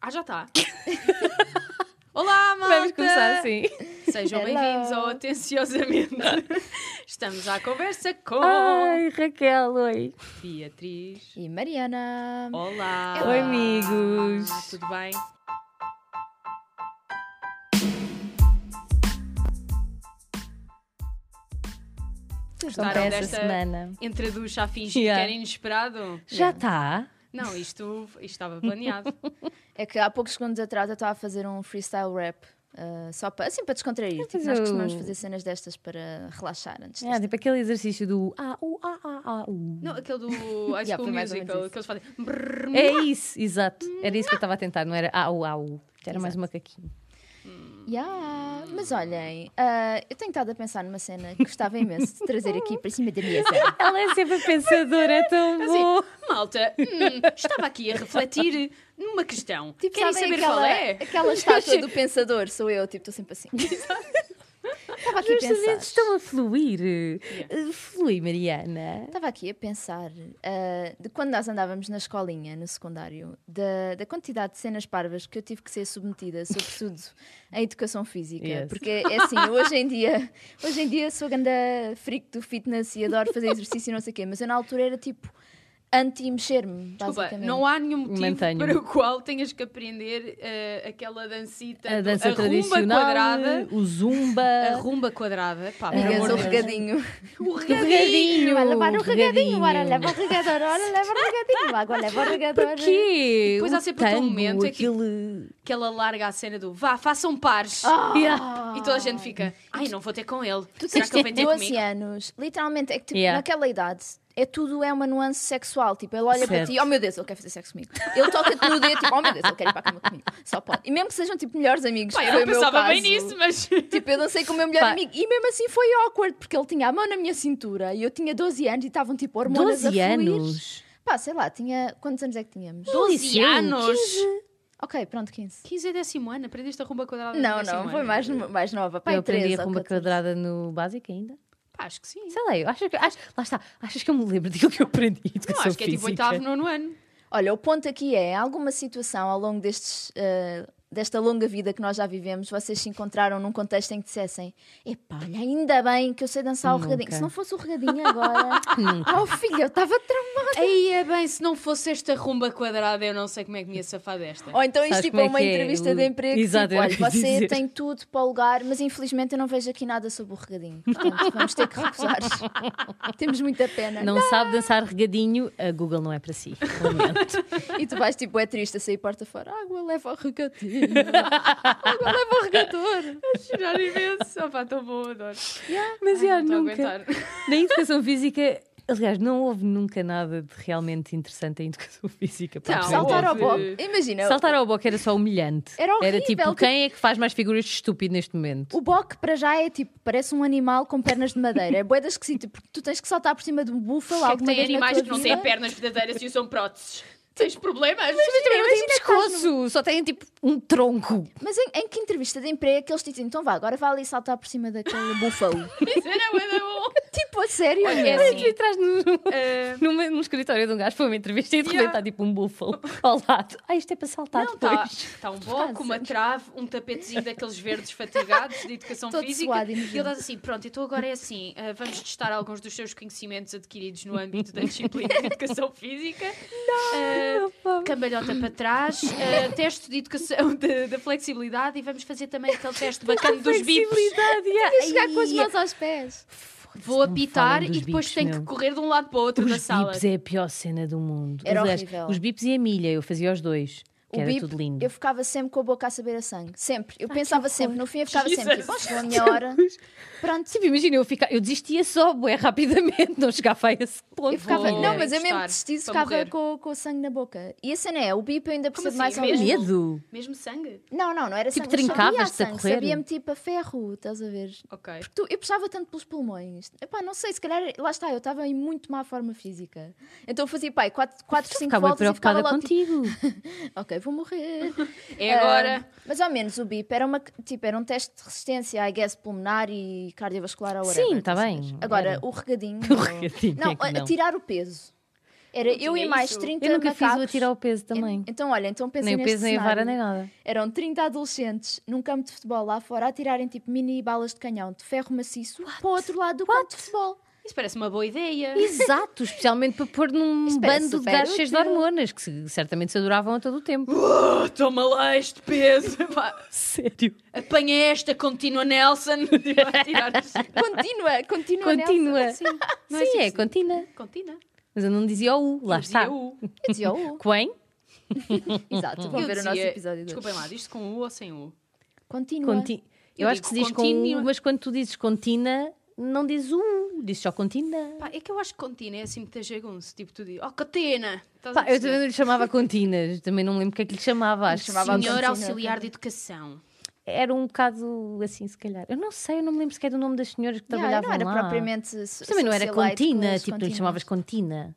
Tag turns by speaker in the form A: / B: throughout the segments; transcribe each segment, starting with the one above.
A: Ah, já está. Olá, malta!
B: Vamos começar assim.
A: Sejam
B: Hello.
A: bem-vindos ao Atenciosamente. Estamos à conversa com
B: Ai, Raquel, oi.
A: Beatriz.
C: E Mariana.
A: Olá!
B: Oi, amigos.
A: Ah, Tudo bem?
B: Como
A: Gostaram
B: essa
A: desta
B: semana?
A: entre a ducha a fingir
B: Yeah.
A: que era inesperado?
B: Já tá? está?
A: Não, isto, isto estava planeado.
C: É que há poucos segundos atrás eu estava a fazer um freestyle rap. ah, só para, assim para descontrair. Tipo,
B: mas
C: nós
B: eu-
C: costumamos fazer cenas destas para relaxar antes.
B: É,
C: desta-
B: tipo aquele exercício do ah, u, ah, ah, ah, u.
A: Não, aquele do High School
C: Yeah, foi mais ou menos
A: Musical,
C: isso.
A: que eles fazem... brrr,
B: É isso, exato. Era isso que eu estava a tentar, não era ah, u, ah, u. Já era mais um macaquinho.
C: Yeah, Mas olhem, ah, eu tenho estado a pensar numa cena que gostava imenso de trazer aqui para cima da mesa.
B: Ela é sempre pensadora, é tão
A: Assim,
B: boa.
A: malta, hum, estava aqui a refletir numa questão. Querem
C: Tipo, sabem
A: saber
C: aquela,
A: qual é?
C: Aquela estátua do pensador, sou eu, tipo, estou sempre assim. Estava aqui a
B: Os
C: pensar.
B: dedos estão a fluir. Uh, Flui, Mariana.
C: Estava aqui a pensar ah, de quando nós andávamos na escolinha, no secundário, da, da quantidade de cenas parvas que eu tive que ser submetida, sobretudo em educação física.
B: Yes.
C: Porque é assim, eu hoje em dia, hoje em dia sou grande freak do fitness e adoro fazer exercício e não sei o quê, mas eu na altura era tipo anti-mexer-me,
A: Desculpa,
C: basicamente.
A: não há nenhum motivo
B: Mantenho-me.
A: para o qual tenhas que aprender eh, aquela dancita,
B: A
A: do-
B: dança
A: rumba
B: tradicional,
A: quadrada.
B: o zumba,
A: A rumba quadrada, pá, por
C: Amigas,
A: amor
C: o
A: de Deus.
C: regadinho.
A: O
B: o regadinho.
C: Vai
A: um
C: levar o regadinho, ora
B: regadinho.
C: leva o regador, ora leva o regadinho, água leva o regador.
B: Quê?
A: um depois
B: O
A: há sempre aquele
B: tango,
A: momento em que-
B: aquele...
A: Que ela larga a cena do vá, façam pares.
B: Yeah.
A: E toda a gente fica, ai, não vou ter com ele.
C: Ah. Tu
A: Será
C: tens
A: que ele
C: tipo
A: vai ter
C: 12
A: comigo?
C: anos, literalmente, é que tipo,
B: Yeah.
C: naquela idade é tudo é uma nuance sexual. Tipo, ele olha para
B: Certo.
C: ti, oh meu Deus, ele quer fazer sexo comigo. Ele toca-te no dedo, tipo, oh meu Deus, ele quer ir para a cama comigo. Só pode. E mesmo que sejam tipo melhores amigos,
A: Pá,
C: que
A: eu
C: foi
A: não
C: o meu
A: pensava bem
C: caso,
A: nisso, mas.
C: Tipo, eu dancei com o meu melhor
B: Pá.
C: amigo e mesmo assim foi awkward, porque ele tinha a mão na minha cintura e eu tinha 12 anos e estavam tipo hormonas
B: 12
C: a fluir.
B: anos?
C: Pá, sei lá, tinha. Quantos anos é que tínhamos?
A: 12
B: Liceu,
A: anos!
C: Ok, pronto, 15.
A: 15 é décimo ano, aprendeste a rumba quadrada? no
C: Não,
A: décimo
C: não,
A: ano.
C: foi mais, no- mais nova. Pá,
B: eu
C: em 13
B: aprendi a
C: ou
B: rumba
C: 14.
B: quadrada no básico ainda.
A: Pá, acho que sim.
B: Sei lá, eu acho que. Acho, lá está, achas que eu me lembro daquilo que eu aprendi em
A: Não,
B: educação
A: acho que é tipo
B: física?
A: oitavo, nono ano.
C: Olha, o ponto aqui é: em alguma situação ao longo destes, eh, desta longa vida que nós já vivemos, vocês se encontraram num contexto em que dissessem: epá, olha, ainda bem que eu sei dançar o
B: Nunca.
C: regadinho. Se não fosse o regadinho agora. oh, filha, eu estava tramada.
A: Aí é bem, se não fosse esta rumba quadrada, eu não sei como é que me ia safar desta.
C: Ou então isto
B: Sabes
C: tipo
B: como
C: é
B: é
C: uma
B: que é?
C: entrevista
B: O-
C: de emprego: que,
B: Exato,
C: tipo,
B: era o
C: olha,
B: que eu ia
C: você
B: dizer.
C: tem tudo para o lugar, mas infelizmente eu não vejo aqui nada sobre o regadinho. Portanto, vamos ter que recusar. Temos muita pena.
B: Não sabe dançar regadinho, a Google não é para si. Lamento.
C: E tu vais tipo, é triste a sair porta fora: água leva o regadinho, água leva o regador.
A: Chorar imenso. Ah, pá, tão bom, adoro.
B: Mas
A: Ai, não
B: já,
A: estou a
B: nunca.
A: aguentar.
B: Na educação física, aliás, não houve nunca nada de realmente interessante em educação física. para
A: Não,
B: aprender.
C: Saltar ao
A: houve-
C: bob. Imagina.
B: Saltar ao boque era só humilhante.
C: Era horrível,
B: tipo,
C: tipo-
B: quem é que faz mais figuras de estúpido neste momento?
C: O boque para já é tipo, parece um animal com pernas de madeira. É boeda esquisita, porque tu tens que saltar por cima de um búfalo
A: Porquê é que
C: alguma
A: tem
C: vez na
A: animais
C: tua
A: que não
C: vida.
A: têm pernas verdadeiras e usam próteses? Tens problemas?
B: Também Tipo, não tem pescoço, só tem tipo um tronco.
C: Mas em, em que entrevista de emprego é que eles te dizem, então vá, agora vá ali saltar por cima daquele búfalo?
A: Isso era é bué da bom.
C: tipo, a sério?
A: Olha, é
C: meu?
A: assim.
B: E atrás no,
A: Ah,
B: numa- num escritório de um gajo para uma entrevista e de repente
A: Yeah.
B: está tipo um búfalo ao lado. Ah, isto é para saltar
A: não, está
B: depois.
A: tá um bloco, uma trave, um tapetezinho daqueles verdes fatigados de educação
C: Todo
A: física.
C: suado,
A: e ele
C: imagino.
A: diz assim: pronto, então agora é assim, ah, vamos testar alguns dos seus conhecimentos adquiridos no âmbito da disciplina de educação física. Não, cambalhota para trás, ah, teste de educação de- da flexibilidade e vamos fazer também aquele teste bacana dos bips.
B: Flexibilidade, yeah.
C: Chegar com as
B: Ai,
C: mãos aos pés.
A: Vou
B: Não
A: apitar
B: falem dos
A: e depois
B: bips,
A: tenho
B: meu.
A: que correr de um lado para o outro da
B: Os
A: sala.
B: bips é a pior cena do mundo.
C: Era
B: Aliás,
C: horrível.
B: Os bips e a milha, eu fazia os dois. Que era
C: bip,
B: tudo lindo.
C: eu ficava sempre com a boca a saber a sangue. Sempre. Eu pensava sempre, no fim eu ficava sempre,
A: Jesus.
C: tipo, "Oh, chegou a minha hora. Pronto.
B: Tipo, imagina, eu, fica... eu desistia só bué, rapidamente, não chegava a esse ponto.
C: Eu ficava,
A: Vou
C: não, mas eu mesmo
A: encostar
C: desisti,
A: para
C: ficava
A: morrer.
C: com, com o sangue na boca. E a cena é, o bip eu ainda
A: Como
C: percebo
A: assim?
C: mais ou
A: Mesmo?
C: menos.
B: Medo.
A: Mesmo sangue?
C: Não, não, não era
B: Tipo,
C: sangue. mas sabia
B: trincavas-te a
C: sangue,
B: correr?
C: Sabia-me tipo a ferro, estás a ver?
A: Ok.
C: Porque tu- eu puxava tanto pelos pulmões. Epá, não sei, se calhar, lá está, eu estava em muito má forma física. Então eu fazia, pai, 4, 5
B: Ficava
C: voltas e
B: preocupada
C: ficava logo tipo,
B: contigo.
C: ok, vou morrer.
A: É agora.
C: Ah, mas ao menos o BIP era, uma, tipo, era um teste de resistência, I guess, pulmonar e cardiovascular ou
B: Sim,
C: whatever,
B: tá
C: estás a
B: bem,
C: ver? Agora,
B: era.
C: o regadinho.
B: O regadinho é
C: Não,
B: que
C: a-
B: não.
C: tirar o peso. Era
A: Não
C: eu
A: tinha
C: e mais
A: isso.
C: 30
B: Eu nunca fiz o
C: macacos.
B: atirar o peso também.
C: Então, olha, então pensa
B: nem o
C: neste
B: peso, nem a vara,
C: cenário.
B: nem nada.
C: Eram 30 adolescentes num campo de futebol lá fora a tirarem tipo mini balas de canhão de ferro maciço para o outro lado do campo de futebol.
A: Isso parece uma boa ideia.
B: Exato, especialmente para pôr num
C: Isso parece
B: bando de
C: super
B: gajos cheios de
C: útil.
B: hormonas, que se- certamente se adoravam a todo o tempo.
A: Oh, toma lá este peso. Pá,
B: Sério?
A: Apanha esta, continua Nelson. Tipo, a tirar
C: Continua, continua.
B: Continua.
C: Nelson. Sim.
A: Não
B: é Sim,
A: assim
B: é,
A: que se-
B: continua.
A: Continua.
B: Mas eu não dizia o U, lá
A: Eu dizia
B: está.
A: U.
C: Eu dizia o U.
B: Quen?
C: Exato, vão
A: Eu
C: ver o nosso
A: dizia-
C: episódio dois.
A: Desculpem lá, diz-se com U ou sem U?
C: Continua.
B: Conti... Eu,
A: Eu
B: acho que se
A: digo
B: diz com
A: continua.
B: U, mas quando tu dizes contina, não dizes o U, dizes só contina.
A: Pá, é que eu acho que contina é assim muito jagunço. Tipo, tu dizes, oh, Catina! Estás a
B: Pá, eu
A: perceber?
B: também não lhe chamava continas, também não me lembro o que é que lhe chamava. Acho que
C: chamava
B: sim.
C: Contina
A: Senhor Auxiliar
C: também.
A: de Educação.
B: era um bocado assim, se calhar. Eu não sei, eu não me lembro sequer do nome das senhoras que
C: Yeah,
B: trabalhavam
C: não era
B: lá.
C: propriamente.
B: Mas também não era contina, tipo, não lhe chamavas contina.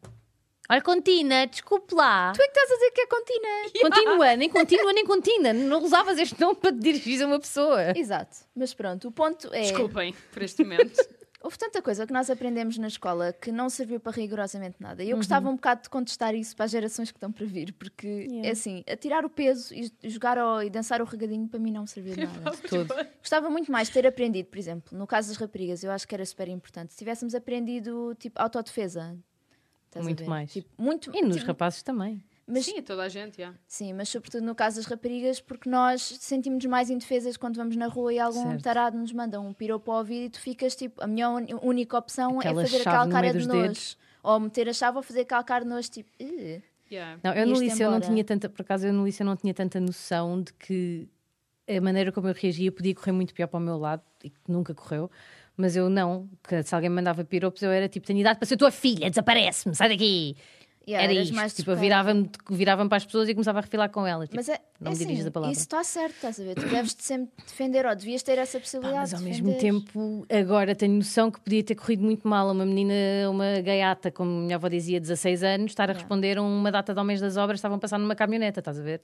B: Olha, contina, desculpe lá.
C: Tu é que estás a dizer que é contina.
B: Continua, nem continua, nem contina. Não usavas este nome para te dirigir a uma pessoa.
C: Exato, mas pronto, o ponto é.
A: Desculpem por este momento.
C: Houve tanta coisa que nós aprendemos na escola que não serviu para rigorosamente nada.
B: Uhum.
C: E eu gostava um bocado de contestar isso para as gerações que estão para vir, porque
B: Yeah.
C: é assim, atirar o peso e jogar ao- e dançar o regadinho para mim não serviu de
B: Tipo,
C: nada.
B: Todo.
C: Gostava muito mais de ter aprendido, por exemplo, no caso das raparigas, eu acho que era super importante. Se tivéssemos aprendido, tipo, autodefesa. Estás a
B: Muito
C: ver?
B: mais.
C: Tipo, muito
B: E nos
C: tipo,
B: rapazes também.
C: mas,
A: Sim, a toda a gente, já.
C: Sim, mas sobretudo no caso das raparigas, porque nós sentimos mais indefesas quando vamos na rua e algum
B: Certo.
C: tarado nos manda um piropo para o ouvido e tu ficas tipo, a minha uni- única opção
B: Aquela
C: é fazer
B: chave
C: aquela
B: no
C: cara
B: meio
C: de
B: dos
C: nojo.
B: dedos.
C: Ou meter a chave ou fazer aquela cara de nojo, tipo, "Ih".
A: Yeah.
B: Não, eu no
C: Ias-te
B: liceu não
C: embora.
B: tinha tanta, por acaso eu no liceu não tinha tanta noção de que a maneira como eu reagia podia correr muito pior para o meu lado e que nunca correu, mas eu não, que se alguém me mandava piropos eu era tipo, tenho idade para ser tua filha, desaparece-me, sai daqui.
C: Yeah,
B: era
C: eras
B: isto,
C: mais
B: tipo, eu
C: descarada.
B: virava-me virava para as pessoas e começava a refilar com elas. Tipo,
C: Mas é,
B: não
C: é
B: me dirijas
C: assim,
B: a palavra.
C: isso está certo, estás a ver? Tu deves-te sempre defender ou devias ter essa
B: Pá,
C: possibilidade.
B: mas
C: de
B: ao mesmo
C: defender.
B: tempo, agora tenho noção que podia ter corrido muito mal a uma menina, uma gaiata, como a minha avó dizia, 16 anos, estar a responder a uma data de homens das obras, estavam a passar numa caminhoneta, estás a ver?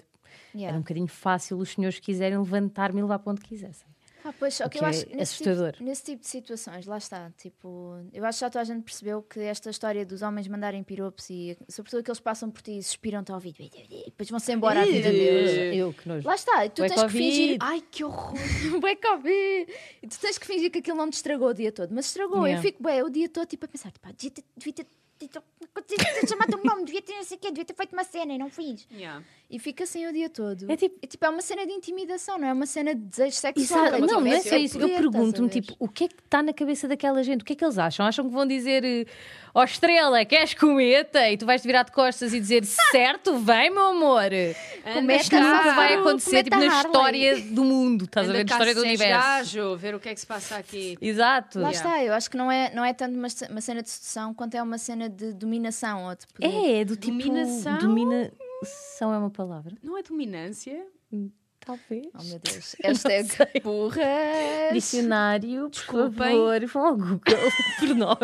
B: Era
C: Yeah.
B: um bocadinho fácil os senhores quiserem levantar-me e levar para onde quisessem.
C: Ah, pois, só
B: O
C: que eu
B: que
C: acho
B: é
C: nesse
B: assustador.
C: Tipo, nesse tipo de situações, lá está. Tipo, eu acho que já toda a gente percebeu que esta história dos homens mandarem piropos e, sobretudo, aqueles que passam por ti e suspiram-te ao ouvido e depois vão-se embora à vida deles.
A: Eh,
B: Eu, que nojo.
C: Lá está, e tu
B: Bué
C: tens que fingir.
B: Covid.
C: Ai que horror, bué Covid! E tu tens que fingir que aquilo não te estragou o dia todo, mas estragou.
B: Yeah.
C: Eu fico bué o dia todo tipo a pensar, pá, devia ter. Devia ter dito- devia ter chamado um nome, devia ter não sei o quê, devia ter feito uma cena e não fiz.
A: Yeah.
C: E fica assim o dia todo.
B: É tipo-
C: é, é uma cena de intimidação, não é uma cena de desejo sexual.
B: Exato,
C: é
B: não,
C: tipo,
B: não
A: é
B: é
C: esse
B: só
C: o
B: isso.
C: poder,
B: Eu
C: estás a
B: pergunto-me,
C: ver?
B: tipo, o que é que está na cabeça daquela gente? O que é que eles acham? Acham que vão dizer, eh, ó estrela, queres cometa? E tu vais te virar de costas e dizer, certo, vem, meu amor.
A: Anda
B: Isto nunca
A: cá.
B: vai
C: o
B: acontecer, tipo,
C: cometa
B: na
C: Harley.
B: história do mundo, estás a
A: Anda
B: ver? Na
A: cá,
B: história do
A: seis
B: universo.
A: gajo, ver o que é que se passa aqui.
B: Exato.
C: Lá
A: Yeah.
C: está, eu acho que não é, não é tanto uma, ce- uma cena de sedução quanto é uma cena de dominação ou de poder.
B: É, é do tipo.
A: Dominação?
B: Dominação é uma palavra.
A: Não é dominância?
B: Talvez.
C: Oh meu Deus, hashtag burra.
B: Dicionário, por
A: Desculpem.
B: favor, vão ao Google por nós.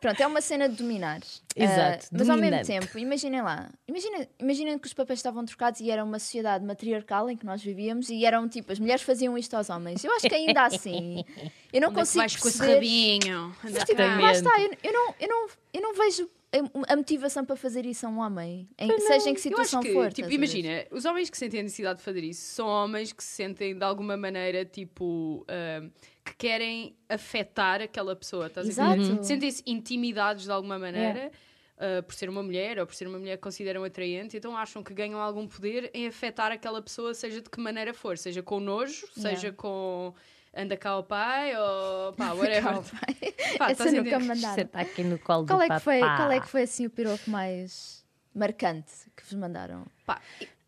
C: Pronto, é uma cena de dominar.
B: Exato,
C: Ah, mas ao mesmo
B: dominante.
C: tempo, imaginem lá. Imaginem, imaginem que os papéis estavam trocados e era uma sociedade matriarcal em que nós vivíamos e eram tipo, as mulheres faziam isto aos homens. Eu acho que ainda assim. Eu não
A: Onde é que
C: consigo.
A: vais com esse
C: perceber-
A: rabinho? Anda
C: Tipo,
A: cá.
C: lá está, eu, eu não, eu, não, eu não vejo a- a motivação para fazer isso a um homem, em- seja em que
A: Eu acho
C: situação
A: que,
C: for. estás a
A: tipo,
C: ver?
A: imagina, os homens que sentem a necessidade de fazer isso são homens que se sentem de alguma maneira, tipo, ahm, que querem afetar aquela pessoa, estás a ver? Uhum.
C: Exato. Uhum. É.
A: Sentem-se intimidados de alguma maneira. ah, por ser uma mulher ou por ser uma mulher que consideram atraente, então acham que ganham algum poder em afetar aquela pessoa, seja de que maneira for, seja com nojo,
C: Yeah.
A: seja com anda cá ao pai ou pá,
C: Cá
A: whatever.
C: ao pai.
A: Pá,
C: Essa
A: estás a
C: nunca
A: entender?
C: me mandaram.
B: Sentar aqui no colo
C: Qual
B: do
C: é, que foi,
B: papá.
C: qual é que foi assim o piropo mais marcante que vos mandaram?
A: Pá,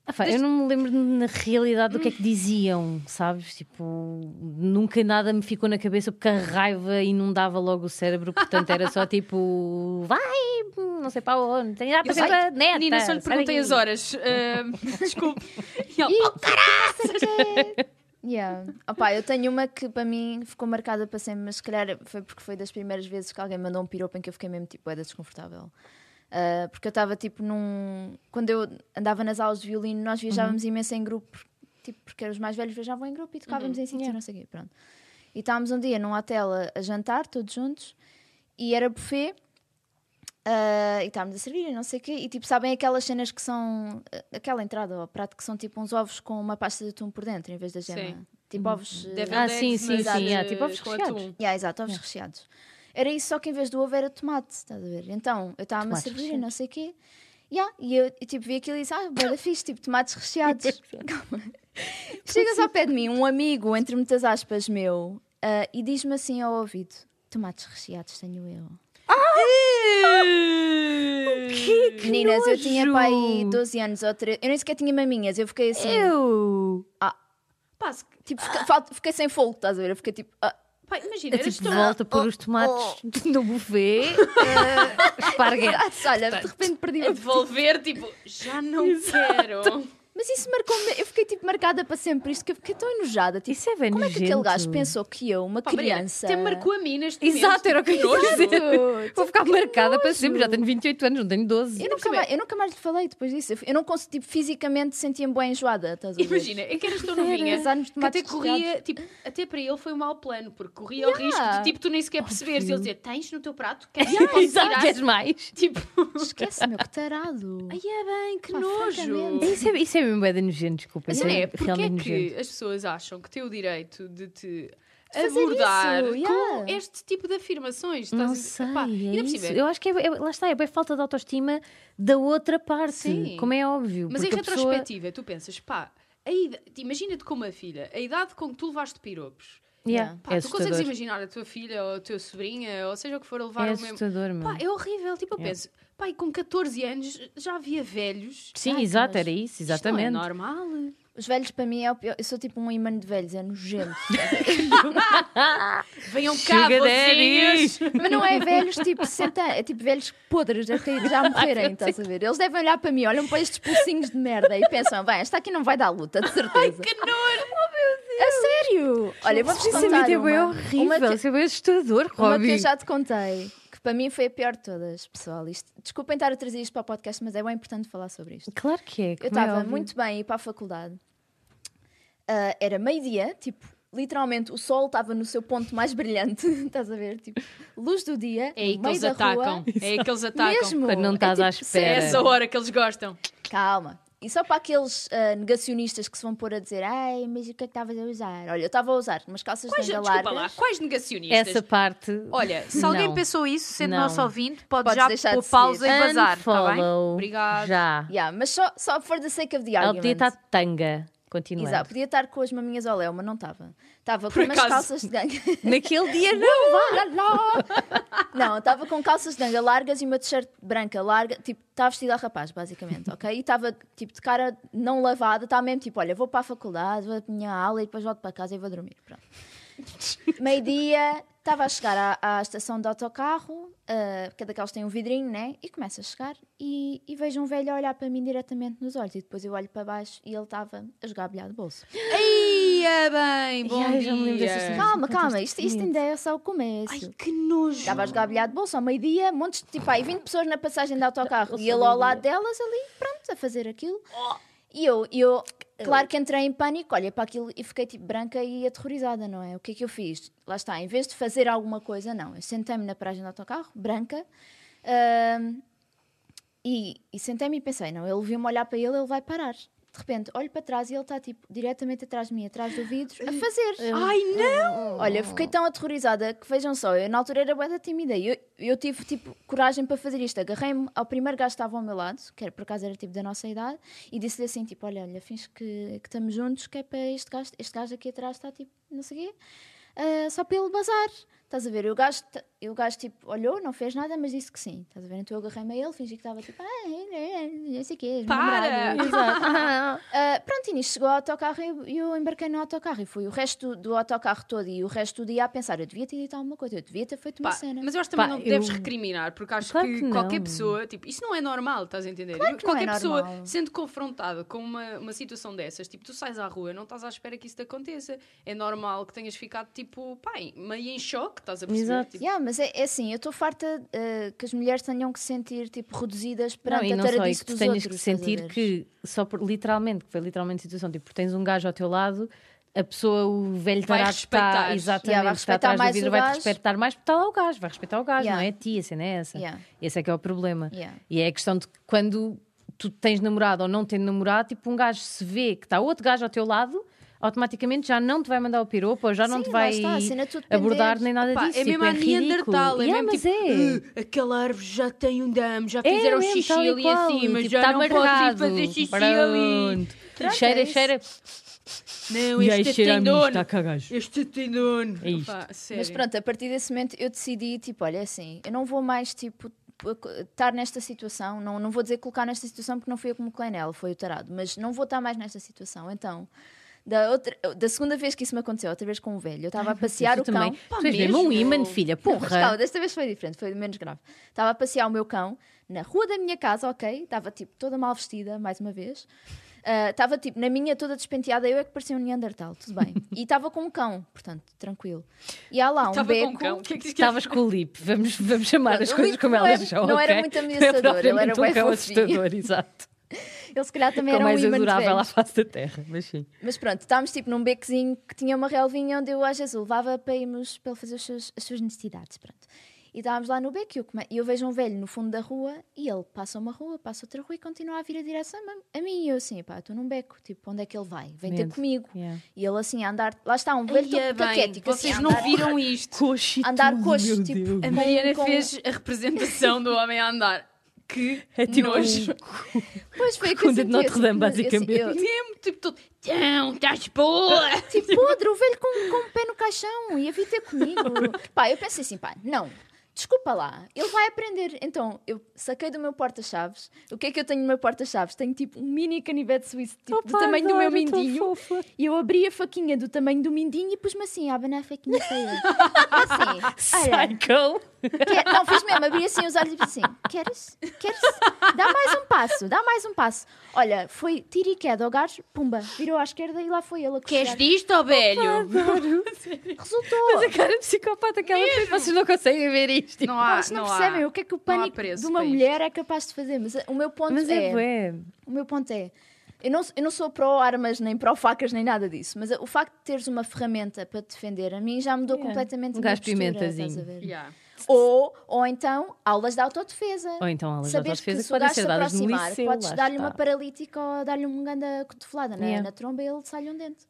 B: Ah, pá, eu não me lembro na realidade do que é que diziam, sabes? Tipo, nunca nada me ficou na cabeça porque a raiva inundava logo o cérebro, portanto era só tipo, vai, não sei para onde, tem nada para
A: Eu
B: ser
A: sei.
B: para
C: É,
B: neta.
A: Nina,
C: tá,
A: só lhe
B: sai
A: perguntei
B: daqui.
A: as horas. Ah, desculpe. E ela,
C: Ih, não sei quê. Yeah. Opa, eu tenho uma que para mim ficou marcada para sempre, mas se calhar foi porque foi das primeiras vezes que alguém mandou um piropo em que eu fiquei mesmo tipo, é desconfortável. Ah, porque eu estava tipo num. Quando eu andava nas aulas de violino, nós
A: Uhum.
C: viajávamos imenso em grupo, tipo, porque os mais velhos viajavam em grupo e tocávamos
A: Uhum.
C: em sítios e não sei o quê. Pronto. E estávamos um dia num hotel a, a jantar, todos juntos, e era buffet. Ah, e estávamos a servir e não sei o quê. E tipo, sabem aquelas cenas que são. ah, aquela entrada ao prato que são tipo uns ovos com uma pasta de atum por dentro em vez da gema.
A: Sim.
C: Tipo ovos. ah,
B: Ah, sim, sim, sim, ah, tipo ovos recheados.
C: Yeah, exato, ovos recheados. Era isso, só que em vez do ovo era tomate, estás a ver? Então, eu estava-me a
B: Tomates
C: servir e
B: recheados.
C: não sei o quê. Yeah, e eu, eu, tipo, vi aquilo e disse, ah, bora fixe, tipo, tomates recheados. Calma. Chegas ao pé de mim, um amigo, entre muitas aspas, meu, ah, e diz-me assim ao ouvido, tomates recheados tenho eu. Meninas, eu tinha
B: nojo!
C: para aí 12 anos ou 13, eu nem sequer tinha maminhas, eu fiquei assim,
B: Eu!
A: Pá, se-
C: tipo, fica- falta- fiquei sem fogo, estás a ver? Eu fiquei tipo, ah,
A: pá, imagina,
B: É
A: eras
B: tipo,
A: tão-
B: volta
C: Oh,
B: por os tomates no buffet, eh, esparguete.
C: ah, olha, de repente perdi
A: a devolver, tipo, já não quero.
C: Mas isso marcou-me, eu fiquei tipo marcada para sempre isto, que eu fiquei tão enojada. Tipo,
B: Isso é bem
C: como é que aquele
B: nojento.
C: gajo pensou que eu, uma
A: Pá, Mariana,
C: criança.
A: Até marcou a mim neste
B: Exato,
A: momento.
B: era o que eu
A: nojo.
B: ia dizer.
C: Exato.
B: Vou ficar marcada para sempre, já tenho 28 anos, não tenho 12.
C: Eu nunca, mais, eu nunca mais lhe falei depois disso. Eu fui- Eu não consegui, tipo, fisicamente sentia-me bem enjoada. Estás a ver?
A: Imagina, é que eras tão novinha
C: Casar-nos
A: que até
C: tomates
A: corria, tipo, até para ele foi um mau plano, porque corria o
C: Yeah.
A: risco de tipo, tu nem sequer perceberes e ele dizer: Tens no teu prato? Queres que eu possa
B: Oh, Exato,
A: tirar?
B: queres mais?
A: Tipo,
C: Esquece, meu, que tarado.
A: ai é bem, que
C: Pá,
A: nojo.
C: francamente.
B: Isso é, isso é mesmo bué de nojento, desculpa. Isso
A: Não é?
B: é
A: Porque é
B: realmente
A: que
B: nojento.
A: as pessoas acham que têm o direito de te
C: fazer
A: abordar
C: isso,
A: com
C: yeah.
A: este tipo de afirmações? Estás
B: Não
A: a-
B: sei,
A: Epá,
B: é
A: ainda por
B: isso.
A: cima,
B: Eu acho que é, é- lá está, é bem falta de autoestima da outra parte,
A: Sim.
B: como é óbvio.
A: Mas em
B: porque a pessoa-
A: retrospectiva, tu pensas, pá, a ida- imagina-te com uma filha, a idade com que tu levaste piropos.
B: Yeah,
A: Pá,
B: é
A: tu consegues
B: assustador.
A: imaginar a tua filha ou a tua sobrinha, ou seja o que for, a levar
B: É
A: o mesmo.
B: assustador,
A: Pá,
B: mano.
A: é horrível. Tipo, eu
B: É.
A: penso, pá, e com 14 anos já havia velhos. Ah,
B: Sim,
C: Ai, que
B: exato,
C: nojo.
B: era isso,
A: é Isto não é
B: exatamente.
A: normal.
C: Os velhos para mim é o pior. Eu sou tipo um imã de velhos, é nojento.
A: Venham cá,
B: Sugar
A: vozinhos.
B: daddies.
C: Mas não é velhos tipo 60 anos, é tipo velhos podres, já, caí- já morrerem, estás a ver? Eles devem olhar para mim, olham para estes pulsinhos de merda e pensam, bem, esta aqui não vai dar luta, de certeza.
A: Que nojo.
C: A sério! Olha, eu vou-vos
B: Isso
C: contar
B: é
C: uma,
B: bem
C: uma
B: horrível,
C: que-
B: isso é bem assustador,
C: Uma que
B: Robbie.
C: eu já te contei, que para mim foi a pior de todas, pessoal. Isto, desculpem estar a trazer isto para o podcast, mas é bem importante falar sobre isto.
B: Claro que é.
C: Eu
B: como é
C: estava
B: óbvio.
C: muito bem a ir para a faculdade. Ah, era meio-dia, tipo, literalmente o sol estava no seu ponto mais brilhante, estás a ver? Tipo, luz do dia,
A: É aí
C: no
A: que
C: meio
A: eles
C: da
A: atacam.
C: rua.
A: É aí que eles atacam.
C: Mesmo.
B: Quando não estás
C: é
B: à
C: tipo,
A: É
B: espera.
A: essa hora que eles gostam.
C: Calma. E só para aqueles ah, negacionistas que se vão pôr a dizer ai, mas o que é que estavas a usar? Olha, eu estava a usar umas calças
A: Quais,
C: de manga
A: desculpa
C: larga.
A: lá, quais negacionistas?
B: Essa parte.
A: Olha, se alguém
B: Não.
A: pensou isso, sendo
B: Não.
A: nosso ouvinte, pode
C: Podes
A: já
C: deixar de
A: pôr
C: seguir.
A: pausa e bazar, está tá bem?
B: Unfollow.
A: Obrigado.
B: Já.
C: Yeah, mas só, só for the sake of the
B: Ela
C: argument.
B: podia estar de tanga. Continuando.
C: Exato, podia estar com as maminhas ao léu, mas não estava. Estava com
A: Por
C: umas
A: acaso.
C: calças de ganga. Uh,
B: Naquele dia não.
C: Lá, lá. não, estava com calças de ganga largas e uma t-shirt branca larga. Tipo, estava vestida a rapaz, basicamente, ok? E estava, tipo, de cara não lavada. Estava mesmo tipo, olha, vou para a faculdade, vou à minha aula e depois volto para casa e vou dormir. Pronto. Meio-dia, estava a chegar à, à estação de autocarro, ah, porque daqueles tem um vidrinho, né? E começa a chegar e, e vejo um velho a olhar para mim diretamente nos olhos. E depois eu olho para baixo e ele estava a jogar bilhar de bolso.
A: Ei, é bem, bom
B: Ai,
A: dia.
B: já me lembro dessa
A: É,
B: cena.
C: Calma,
B: contaste
C: calma, isto, isto
B: comigo.
C: ainda é só o começo.
A: Ai, que nojo.
C: Estava a jogar bilhar de bolsa ao meio-dia, montes de tipo, aí 20 pessoas na passagem de autocarro
B: Eu sou
C: e ele ao
B: meio-dia.
C: lado delas ali, pronto, a fazer aquilo.
A: Oh.
C: E eu, e eu, claro que entrei em pânico, olha para aquilo e fiquei tipo branca e aterrorizada, não é? O que é que eu fiz? Lá está, em vez de fazer alguma coisa, não. Eu sentei-me na paragem do autocarro, branca, ahm, e, e sentei-me e pensei, não, ele viu-me olhar para ele, ele vai parar. De repente, olho para trás e ele está tipo diretamente atrás de mim, atrás do vidro, a fazer.
A: Ai, não.
C: Olha, eu fiquei tão aterrorizada que vejam só, eu na altura era bué da tímida e eu, eu tive tipo coragem para fazer isto. Agarrei-me ao primeiro gajo que estava ao meu lado, que era, por acaso era tipo da nossa idade, e disse-lhe assim: tipo, olha, olha, fins que, que estamos juntos, que é para este gajo, este gajo aqui atrás está tipo, não sei o quê, ah, só pelo bazar. Estás a ver? E o gajo, t- e o gajo tipo, olhou, não fez nada, mas disse que sim. Estás a ver? Então eu agarrei-me a ele, fingi que estava tipo, ah, é, é, não sei o quê, és meu
A: Para!
C: namorado."
B: Exato.
C: Uh, pronto, e nisto chegou ao autocarro e eu- e eu embarquei no autocarro. E fui o resto do autocarro todo e o resto do dia a pensar: eu devia ter dito alguma coisa, eu devia ter feito uma
A: Pá,
C: cena.
A: mas eu acho que também
B: Pá,
A: não te deves
B: eu-
A: recriminar, porque acho
B: Claro
A: que,
B: que não.
A: qualquer pessoa, tipo, isso não é normal, estás a entender?
C: Claro que não
A: qualquer
C: é
A: pessoa
C: normal.
A: sendo confrontada com uma, uma situação dessas, tipo, tu sais à rua, não estás à espera que isso te aconteça. É normal que tenhas ficado, tipo, pá, em- meio em choque, estás a perceber?
B: Exato.
A: Tipo,
C: Yeah, mas é, é assim, eu estou farta uh, que as mulheres tenham que se sentir tipo reduzidas
B: Não,
C: perante
B: e
C: a
B: não só, e
C: taradice
B: que tu
C: então dos
B: tenhas
C: outros.
B: que
C: estás a
B: sentir
C: ver?
B: que, só por, literalmente, que foi literalmente situação, tipo, tens um gajo ao teu lado a pessoa, o velho
A: Vai
B: tarado que está,
A: respeitar.
B: exatamente,
C: Yeah, vai
B: que está
C: respeitar
B: atrás da
C: mais o
B: vidro, vai
C: gajo.
B: respeitar mais, porque está lá o gajo, vai respeitar o gajo,
C: Yeah.
B: não é a ti, a cena é essa.
C: Yeah,
B: Esse é que é o problema.
C: yeah.
B: E é a questão de que quando tu tens namorado ou não tens namorado, tipo, um gajo se vê que está outro gajo ao teu lado, automaticamente já não te vai mandar o piropo, ou já não
C: Sim,
B: te
C: lá
B: vai
C: está, a cena é tu depender.
B: abordar nem nada
A: Pá,
B: disso.
A: é mesmo
B: tipo,
A: a Neandertal,
B: ridículo.
A: é
B: Yeah,
A: mesmo
B: mas
A: tipo, "Uh,
B: é.
A: aquela árvore já tem um damo, já
B: É
A: fizeram
B: mesmo,
A: xixi
B: tal e
A: ali
B: qual,
A: acima,
B: tipo,
A: já
B: tá
A: não
B: marcado.
A: podes ir fazer xixi ali.
B: Pronto.
C: Pronto,
B: Cheira,
C: é isso.
B: cheira.
A: Não,
B: E aí tá
A: este
B: cheira a
A: tem
B: mim,
A: dono.
B: está cagajo.
A: Este tem dono.
B: É isto.
A: Pá,
C: Mas
A: sério.
C: pronto, a partir desse momento eu decidi, tipo, olha assim, eu não vou mais, tipo, estar nesta situação, não, não vou dizer colocar nesta situação porque não fui eu que me coloquei nela, foi o tarado, mas não vou estar mais nesta situação, então... Da, outra, da segunda vez que isso me aconteceu, outra vez com um velho, eu estava a passear o
B: Tu também.
C: cão.
A: Pá,
B: Tu és
A: mesmo?
B: mesmo um imã, filha,
C: Mas
B: porra.
C: calma, desta vez foi diferente, foi menos grave. Estava a passear o meu cão na rua da minha casa, ok? Estava tipo toda mal vestida, mais uma vez. Ah, Estava tipo na minha toda despenteada, eu é que parecia um Neandertal, tudo bem. E estava com um cão, portanto, tranquilo. E há lá um
A: Estava
C: beco.
A: com um cão. O que é que isso quer
B: Estavas com o Lip, vamos, vamos chamar
C: Pronto,
B: as
C: o
B: coisas
C: Lip
B: como
C: não
B: elas
C: é-
B: são.
C: não era
B: ok?
C: muito
B: Não é
C: ameaçador, ele
B: propriamente
C: era
B: um
C: bué
B: cão
C: fofinho.
B: assustador, exato.
C: Ele se calhar também
B: Com
C: era um
B: mais
C: imã de
B: adorável à
C: velhos.
B: face da terra, mas sim.
C: Mas pronto, estávamos tipo num becozinho que tinha uma relvinha onde eu às vezes o levava para irmos para ele fazer os seus- as suas necessidades, pronto. E estávamos lá no beco e eu, come- e eu vejo um velho no fundo da rua e ele passa uma rua, passa outra rua e continua a vir a direção a, a mim. E eu assim, pá, estou num beco, tipo, onde é que ele vai? Vem ter
B: Medo.
C: comigo.
B: Yeah.
C: E ele assim a andar, lá está um velho
A: Ia
C: todo
A: é bem,
C: caquético, assim,
A: Então, vocês
C: a
A: não
C: andar-
A: viram isto.
B: Coxo e
C: Andar
B: tudo,
C: coxo,
B: meu
C: tipo,
B: Deus.
A: A
C: Com-
A: Mariana
C: com-
A: fez a representação do homem a andar. Que
B: É tipo
A: nojo.
C: Pois foi o que eu
B: Conde de
C: senti, eu
B: Notre Dame,
C: assim, eu assim,
B: basicamente.
C: eu-
A: Mesmo tipo todo. Tão, estás boa!
C: Tipo, podre, o velho com, com o pé no caixão, ia vir ter comigo. pá, eu pensei assim, pá, não, desculpa lá, ele vai aprender. Então, eu saquei do meu porta-chaves, o que é que eu tenho no meu porta-chaves? Tenho tipo um mini canivete suíço, tipo, do tamanho do meu mindinho. E eu abri a faquinha do tamanho do mindinho e pus-me assim, a abanar a faquinha para ele. assim, olha,
B: Psycho.
C: quer- não, fiz mesmo, abri assim os olhos e disse assim, queres? Queres? Dá mais um passo, dá mais um passo. Olha, foi tiro e queda ao gajo, pumba, virou à esquerda e lá foi ele a
A: Queres
C: coxear.
A: disto, ó velho?
C: Resultou!
B: Mas a cara psicopata que ela fez, vocês não conseguem ver isto.
A: Não há,
C: Vocês não, percebem o que é que o
A: não há
C: pânico
A: preço
C: de uma
A: para isto.
C: mulher é capaz de fazer. Mas eh, o meu ponto
B: Mas
C: é.
B: é bué.
C: o meu ponto é. Eu não, eu não sou pró armas, nem pró facas, nem nada disso, mas eh, o facto de teres uma ferramenta para te defender a mim já mudou
B: Yeah.
C: completamente
B: Um
C: a minha
B: gás
C: postura,
B: pimentazinho.
C: estás a ver?
A: Yeah.
C: Ou, ou então aulas de autodefesa.
B: Ou então aulas de
C: Saberes que
B: autodefesa
C: se
B: que
C: o
B: podem
C: gajo
B: ser
C: se
B: dadas no
C: aproximar,
B: liceu.
C: podes
B: lá
C: dar-lhe
B: está.
C: uma paralítica ou dar-lhe uma grande cotovelada na,
B: Yeah.
C: na tromba e ele sai-lhe um dente.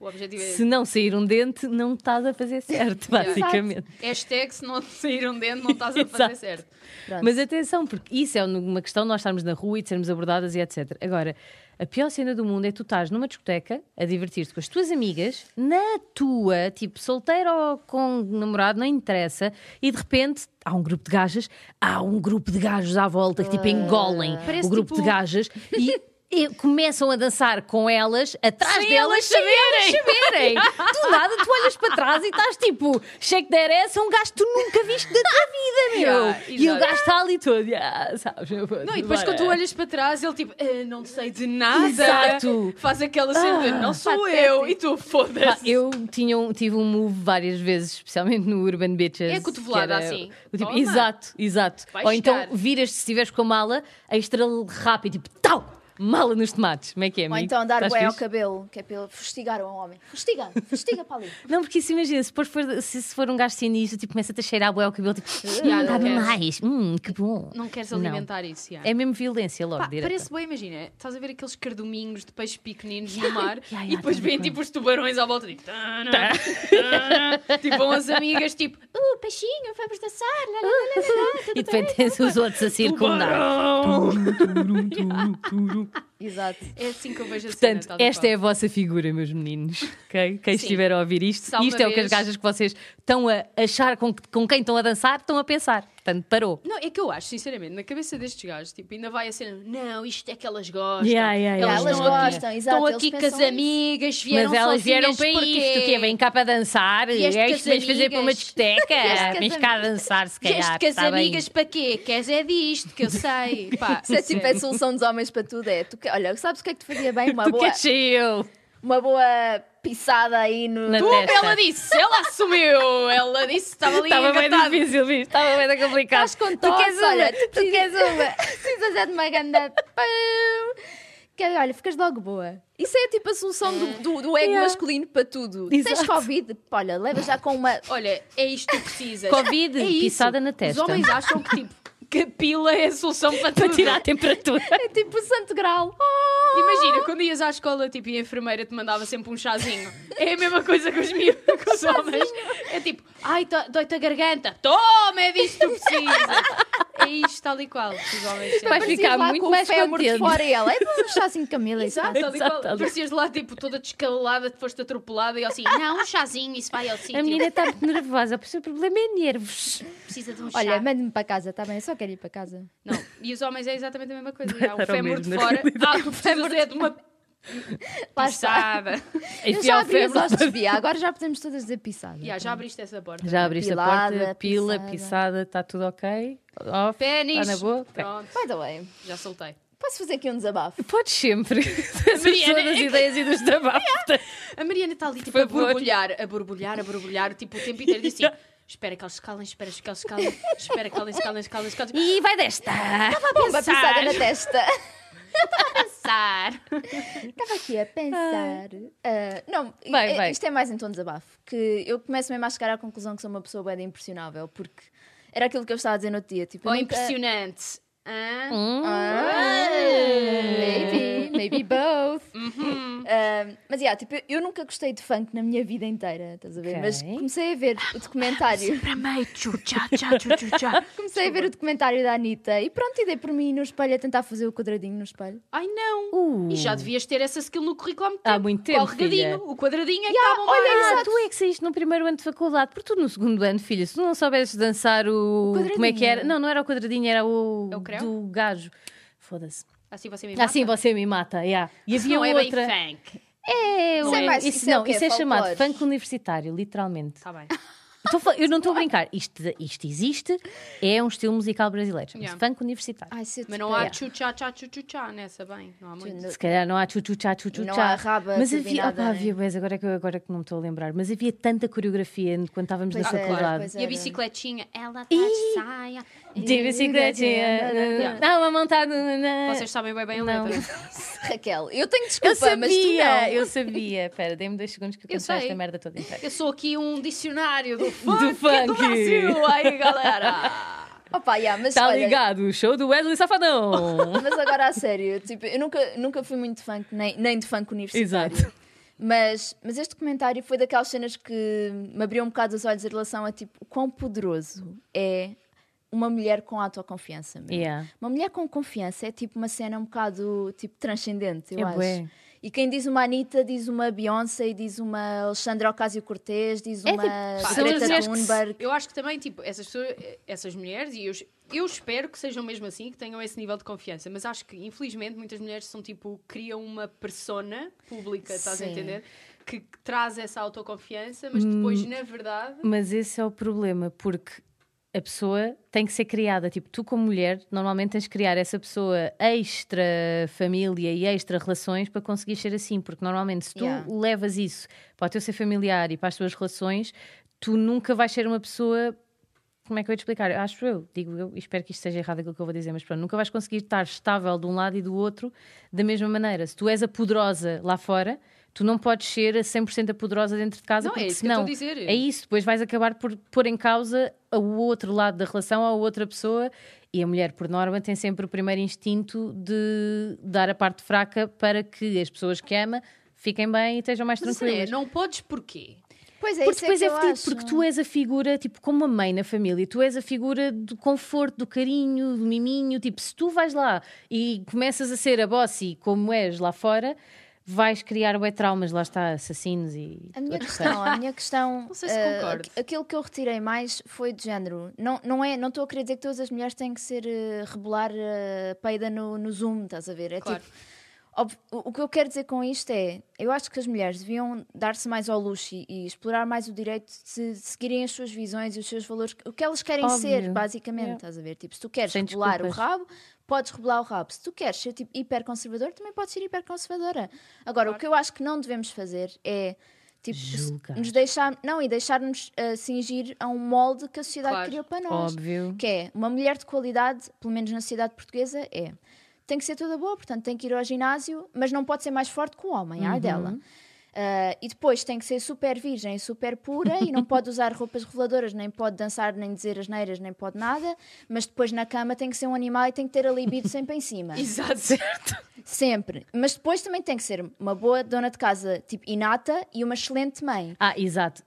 A: O objetivo é.
B: Se não sair um dente, não estás a fazer certo, basicamente.
A: Hashtag se não te sair um dente, não estás a fazer
B: Exato.
A: certo.
C: Pronto.
B: Mas atenção, porque isso é uma questão de nós estarmos na rua e de sermos abordadas e etc. Agora, a pior cena do mundo é tu estás numa discoteca a divertir-te com as tuas amigas, na tua, tipo, solteira ou com namorado, não interessa, e de repente há um grupo de gajas, há um grupo de gajos à volta que tipo engolem
A: Parece
B: o grupo
A: tipo-
B: de gajas e. e começam a dançar com elas atrás
A: Sem
B: delas
A: elas
B: sem elas saberem. Do nada tu olhas para trás e estás tipo, shake their ass é um gajo que tu nunca viste da tua vida, meu.
A: Yeah,
B: e o
A: exato.
B: gajo está ali todo, yeah, sabes?
A: Não, e depois
B: bora.
A: quando tu olhas para trás, ele tipo, "Ah, não sei de nada.
B: Exato.
A: Faz aquela cena de, não sou eu. E tu,
B: Pá,
A: foda-se.
B: eu tinha um- tive um move várias vezes, especialmente no Urban Bitches.
A: É a cotovelada,
B: que era
A: assim.
B: o tipo,
A: Toma.
B: exato, exato.
A: Vai
B: Ou então
A: chegar.
B: viras-te se estiveres com a mala extra rápido, tipo, tal, mala nos tomates. Como é que é,
C: Ou
B: amigo?
C: então dar
B: Estás
C: bué ao
B: fixe?
C: cabelo, que é para ele fustigar um homem. Fustiga, fustiga para ali.
B: Não, porque isso imagina, se, depois for, se, se for um gajo sinistro, tipo, começa-te a cheirar bué ao cabelo, tipo,
A: Yeah,
B: hum,
A: não
B: dá-me
A: quero.
B: mais, hum, que bom.
A: Não queres
B: Não.
A: alimentar isso, yeah.
B: É mesmo violência logo,
A: Pá,
B: direta.
A: parece um bem, imagina, estás a ver aqueles carduminhos de peixe pequeninos no mar
B: yeah,
A: e depois
B: tá
A: vêm
B: bem.
A: tipo os tubarões à volta tipo, tana, tana. tipo vão as amigas tipo, uh, peixinho, vamos dançar, lá, lá, lá, lá, lá,
B: E depois tens os outros a circundar.
A: tubarão.
C: Exato.
A: É assim que eu vejo a cena,
B: Portanto,
A: tal e
B: esta
A: qual.
B: é a vossa figura, meus meninos. ok? Quem
A: Sim.
B: estiver a ouvir isto,
A: Se alguma
B: isto é o que
A: vez-
B: as gajas que vocês estão a achar com, que- com quem estão a dançar, estão a pensar. Portanto, parou.
A: Não, é que eu acho, sinceramente, na cabeça destes gajos, tipo, ainda vai a cena, não, isto é que elas gostam.
B: Yeah, yeah, yeah,
A: elas
C: elas
A: estão aqui,
B: yeah, yeah.
C: gostam, exato.
A: estão
C: eles
A: aqui com
C: pensam
A: as
C: isso.
A: amigas, vieram
B: Mas elas
A: sozinhas
B: vieram para
A: porque...
B: isto, que é vêm cá para dançar,
A: Vieste
B: é
A: com
B: isto
A: as
B: que vens fazer
A: amigas.
B: para uma discoteca,
C: com as
B: vens cá dançar, se calhar.
A: Vieste com as
B: tá bem.
A: amigas para quê? Queres é disto, que eu sei. Pá,
C: Se é tipo a
A: sério.
C: solução dos homens para tudo, é tu que, olha, sabes o que é que te fazia bem? Uma,
B: Tu
C: boa,
B: que achei eu
C: uma boa pisada aí no.
B: na
A: Tu, ela
B: testa.
A: disse, ela assumiu, ela disse, estava ali
B: Estava bem
A: engatado.
B: difícil, viste? Estava bem complicado.
C: Estás com tosse,
B: queres uma?
C: olha, tu queres uma. Precisas é de uma ganda. pão. que é, olha, ficas logo boa. Isso é tipo a solução do, do, do ego
B: Yeah.
C: masculino para tudo. Tens
B: Exato.
C: Covid, pá, olha, leva já com uma.
A: Olha, é isto que precisas.
B: Covid,
A: É isso.
B: pisada na testa.
A: Os homens acham que tipo, que a pila é a solução para,
B: Para
A: tudo.
B: tirar a temperatura.
C: É tipo o santo grau. Oh!
A: Imagina, quando ias à escola tipo, e a enfermeira te mandava sempre um chazinho. É a mesma coisa com os, miúdos, com os homens. É tipo, ai, to- dói-te a garganta. Toma, é disto que tu precisas. É isto tal e qual. que Os homens
B: Vai
A: sempre-
C: Aparecias
B: ficar
C: Oh, lá
B: muito
C: com
B: mais
C: o fémur de
B: contente.
C: fora e ela. É um chazinho de Camila. isso
A: Exato, tal e
B: Exato,
A: qual.
B: tal e-
A: Parecias lá tipo, toda descalada, te foste atropelada e eu assim, não, um chazinho, isso vai ao sítio.
B: A menina está muito nervosa, o seu problema é nervos.
A: precisa de um chá.
C: Olha, manda-me para casa, está bem? Eu só quero ir para casa.
A: Não, e os homens é exatamente a mesma coisa. Há um
B: dar ao
A: fémur
B: mesmo, né?
A: de
B: na
A: fora.
B: realidade.
A: Ah, o fémur é de uma
C: Lá está.
A: pisada.
C: Eu
B: Enfiar
C: já
B: o
C: abri as
B: febre lá
C: hostes via, agora já podemos todas dizer pisada.
A: Yeah, já abriste essa porta.
B: Já abriste
C: Pilada,
B: a porta, pila,
C: pisada.
B: pisada, está tudo ok? Off,
A: Pênis.
B: Está na boa? Ok.
A: Pronto,
C: By the way,
A: já soltei.
C: posso fazer aqui um desabafo?
B: Podes sempre. Essas
A: Mariana,
B: são
A: é
B: as
A: que-
B: ideias e dos desabafos.
A: A Mariana está ali tipo,
B: Por
A: a
B: favor.
A: borbulhar, a borbulhar, a borbulhar, tipo o tempo inteiro. Diz assim: espera que eles se calem, espera que eles se calem, espera que eles se calem, se calem, se calem. E
B: E vai desta!
C: Bomba
A: Pensar.
C: pisada na testa.
A: passar.
C: Estava aqui a pensar. Ah, não, i-
B: Vai,
C: i-
B: vai.
C: isto é mais em tom de desabafo. Que eu começo mesmo a chegar à conclusão que sou uma pessoa bem impressionável, porque era aquilo que eu estava a dizer no outro dia. Tipo,
A: Ou
C: eu nunca-
A: impressionante. Hã?
C: Ah, maybe, maybe both.
A: Uhum.
C: Ah, mas, yeah, tipo, eu, eu nunca gostei de funk na minha vida inteira, estás a ver?
B: Ok.
C: Mas comecei a ver o documentário.
A: Para meio, tchutchá, tchá, tchutchá.
C: Comecei a ver o documentário da Anitta e pronto, e dei por mim no espelho a tentar fazer o quadradinho no espelho.
A: Ai não!
B: Uh.
A: E já devias ter essa skill no currículo há muito tempo.
B: Há muito tempo,
A: Quadradinho,
B: filha.
A: o quadradinho é que
C: Yeah,
A: estava
C: olha,
A: mais-
B: Ah, tu é que saíste no primeiro ano de faculdade, porque tu no segundo ano, filha, se tu não soubesses dançar o.
C: quadradinho.
B: como é que era? Não, não era o quadradinho, era o.
A: É o creu?
B: do gajo. Foda-se.
A: Assim você me mata.
B: Assim você me mata, yeah. E havia
A: não é bem
B: outra.
A: funk.
B: É,
C: Isso é
B: o-
C: mais-
B: isso,
C: isso é o
B: não,
C: quê?
B: isso é chamado
C: Folclore?
B: funk universitário, literalmente.
A: Está Tá bem.
B: Tô fa- eu não estou a brincar, isto, isto existe, é um estilo musical brasileiro, chama-se
A: Yeah.
B: funk universitário.
C: Ai, se eu te
A: Mas não há
C: pego.
A: tchutchá, tchá, tchutchá nessa, bem. Não há muito.
B: Se calhar não há tchu-tchu-chá, tchu-tchu-chá.
C: Não há raba
B: Mas havia,
C: turbinada,
B: opá,
C: né?
B: havia bués, agora é que eu agora que não me estou a lembrar, mas havia tanta coreografia quando estávamos
C: Pois
B: na
C: é,
B: faculdade.
C: pois
A: E
C: é.
A: a
C: era.
A: bicicletinha, ela tá de saia.
B: De bicicletinha. Não, a montada.
A: Vocês sabem bem bem a
B: é. Não.
A: letra.
C: Raquel, eu tenho desculpa,
B: Eu
C: mas tu
B: sabia,
C: não.
B: eu sabia. Espera, dê-me dois segundos que eu
A: Eu
B: canto esta
A: sei.
B: merda toda inteira.
A: Eu sou aqui um dicionário do funk do,
B: funk.
A: Brasil. Aí, galera.
C: Opa, yeah, mas
B: Está
C: olha,
B: Tá ligado, o show do Wesley Safadão.
C: Mas agora a sério, tipo, eu nunca, nunca fui muito de funk, nem, nem de funk universitário.
B: Exato.
C: Mas, mas este comentário foi daquelas cenas que me abriu um bocado os olhos em relação a tipo, o quão poderoso é uma mulher com autoconfiança. meu.
B: Yeah.
C: Uma mulher com confiança é tipo uma cena um bocado tipo, transcendente, eu
B: É
C: acho.
B: bué.
C: E quem diz uma Anitta, diz uma Beyoncé, e diz uma Alexandra Ocasio-Cortez, diz uma
B: tipo, são as
C: Greta
B: mulheres que se-
C: Thunberg.
A: Eu acho que também, tipo, essas, pessoas- essas mulheres, e eu, es- eu espero que sejam mesmo assim, que tenham esse nível de confiança, mas acho que, infelizmente, muitas mulheres são tipo, criam uma persona pública, estás a
C: Sim.
A: entender? Que traz essa autoconfiança, mas depois,
B: Hum.
A: na verdade,
B: Mas esse é o problema, porque a pessoa tem que ser criada. Tipo, tu, como mulher, normalmente tens que criar essa pessoa extra família e extra relações para conseguir ser assim. Porque normalmente, se tu
C: Yeah.
B: levas isso para o teu ser familiar e para as tuas relações, tu nunca vais ser uma pessoa. Como é que eu vou te explicar? Eu Acho eu, digo eu, e espero que isto seja errado aquilo que eu vou dizer, mas pronto, nunca vais conseguir estar estável de um lado e do outro da mesma maneira. Se tu és a poderosa lá fora, tu não podes ser a 100% a poderosa dentro de casa,
A: Não, é
B: porque
A: isso que eu
B: senão
A: estou a dizer.
B: é isso, depois vais acabar por pôr em causa o outro lado da relação a outra pessoa. E a mulher, por norma, tem sempre o primeiro instinto de dar a parte fraca para que as pessoas que ama fiquem bem e estejam mais
A: mas, assim,
B: tranquilas.
A: não podes porquê?
C: Pois é,
B: Porque
C: isso é
B: depois
C: que
B: é,
C: eu
B: fedido,
C: acho.
B: porque tu és a figura, tipo, como a mãe na família, tu és a figura do conforto, do carinho, do miminho. Tipo, se tu vais lá e começas a ser a bossy como és lá fora, vais criar bué traumas, lá está, assassinos e.
C: A minha
B: outros
C: questão, a minha questão.
A: Não sei se
C: eh,
A: concordo.
C: aqu- aquilo que eu retirei mais foi de género. Não, não é, não estou a querer dizer que todas as mulheres têm que ser eh, rebolar eh, peida no, no Zoom, estás a ver? É
A: Claro.
C: tipo, ob- o o que eu quero dizer com isto é, eu acho que as mulheres deviam dar-se mais ao luxo e, e explorar mais o direito de seguirem as suas visões e os seus valores, o que elas querem
B: Óbvio.
C: ser, basicamente,
B: Yeah.
C: estás a ver? Tipo, se tu queres
B: Sem
C: rebolar o
B: desculpas.
C: rabo, podes rebolar o rabo. Se tu queres ser tipo hiperconservador, também podes ser hiperconservadora. Agora, o que eu acho que não devemos fazer é tipo se-
B: Julgar.
C: nos deixar, não, e deixarmos ah, cingir a um molde que a sociedade
A: Claro.
C: criou para é, nós.
B: Óbvio.
C: Que é uma mulher de qualidade, pelo menos na sociedade portuguesa, é tem que ser toda boa, portanto tem que ir ao ginásio, mas não pode ser mais forte que o homem,
B: Uhum.
C: ai dela. Ah, e depois tem que ser super virgem, super pura e não pode usar roupas reveladoras, nem pode dançar, nem dizer asneiras, nem pode nada, mas depois na cama tem que ser um animal e tem que ter a libido sempre em cima.
B: Ah.
A: Exato, certo.
C: Sempre. Mas depois também tem que ser uma boa dona de casa, tipo inata, e uma excelente mãe.
B: Ah, exato.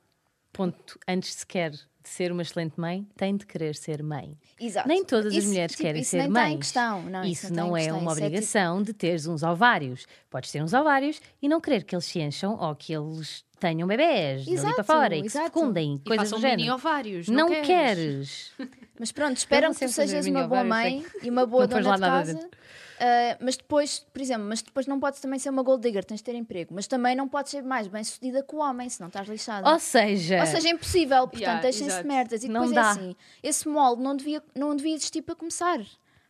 B: Ponto. Antes sequer de ser uma excelente mãe, tem de querer ser mãe.
C: Exato.
B: Nem todas as
C: Isso,
B: mulheres
C: tipo,
B: querem
C: isso
B: ser
C: nem
B: mães.
C: Está em questão. Não,
B: isso,
C: está em
B: não é uma
C: questão. Isso é, tipo,
B: obrigação de teres uns ovários. Podes ter uns ovários e não querer que eles se encham ou que eles tenham bebés dali para
C: Exato,
B: fora e que se
C: exato.
B: fecundem,
A: E
B: coisas do
A: façam mini
B: género.
A: ovários.
B: Não,
A: Não,
B: queres.
C: Mas pronto,
B: Eu
C: esperam
B: não
C: que
B: sei
C: tu
B: fazer
C: sejas uma
B: mini
C: boa
B: ovários,
C: mãe e uma boa
B: Não pões
C: dona
B: lá
C: de
B: nada
C: casa. Ah, mas depois, por exemplo, mas depois não podes também ser uma gold digger, tens de ter emprego. Mas também não podes ser mais bem sucedida que o homem, senão estás lixada.
B: Ou seja,
C: Ou seja, é impossível, portanto,
A: Yeah,
C: deixem-se
A: exato.
C: de merdas. E
B: Não
C: depois é
B: dá.
C: assim: esse molde não devia, não devia existir para começar.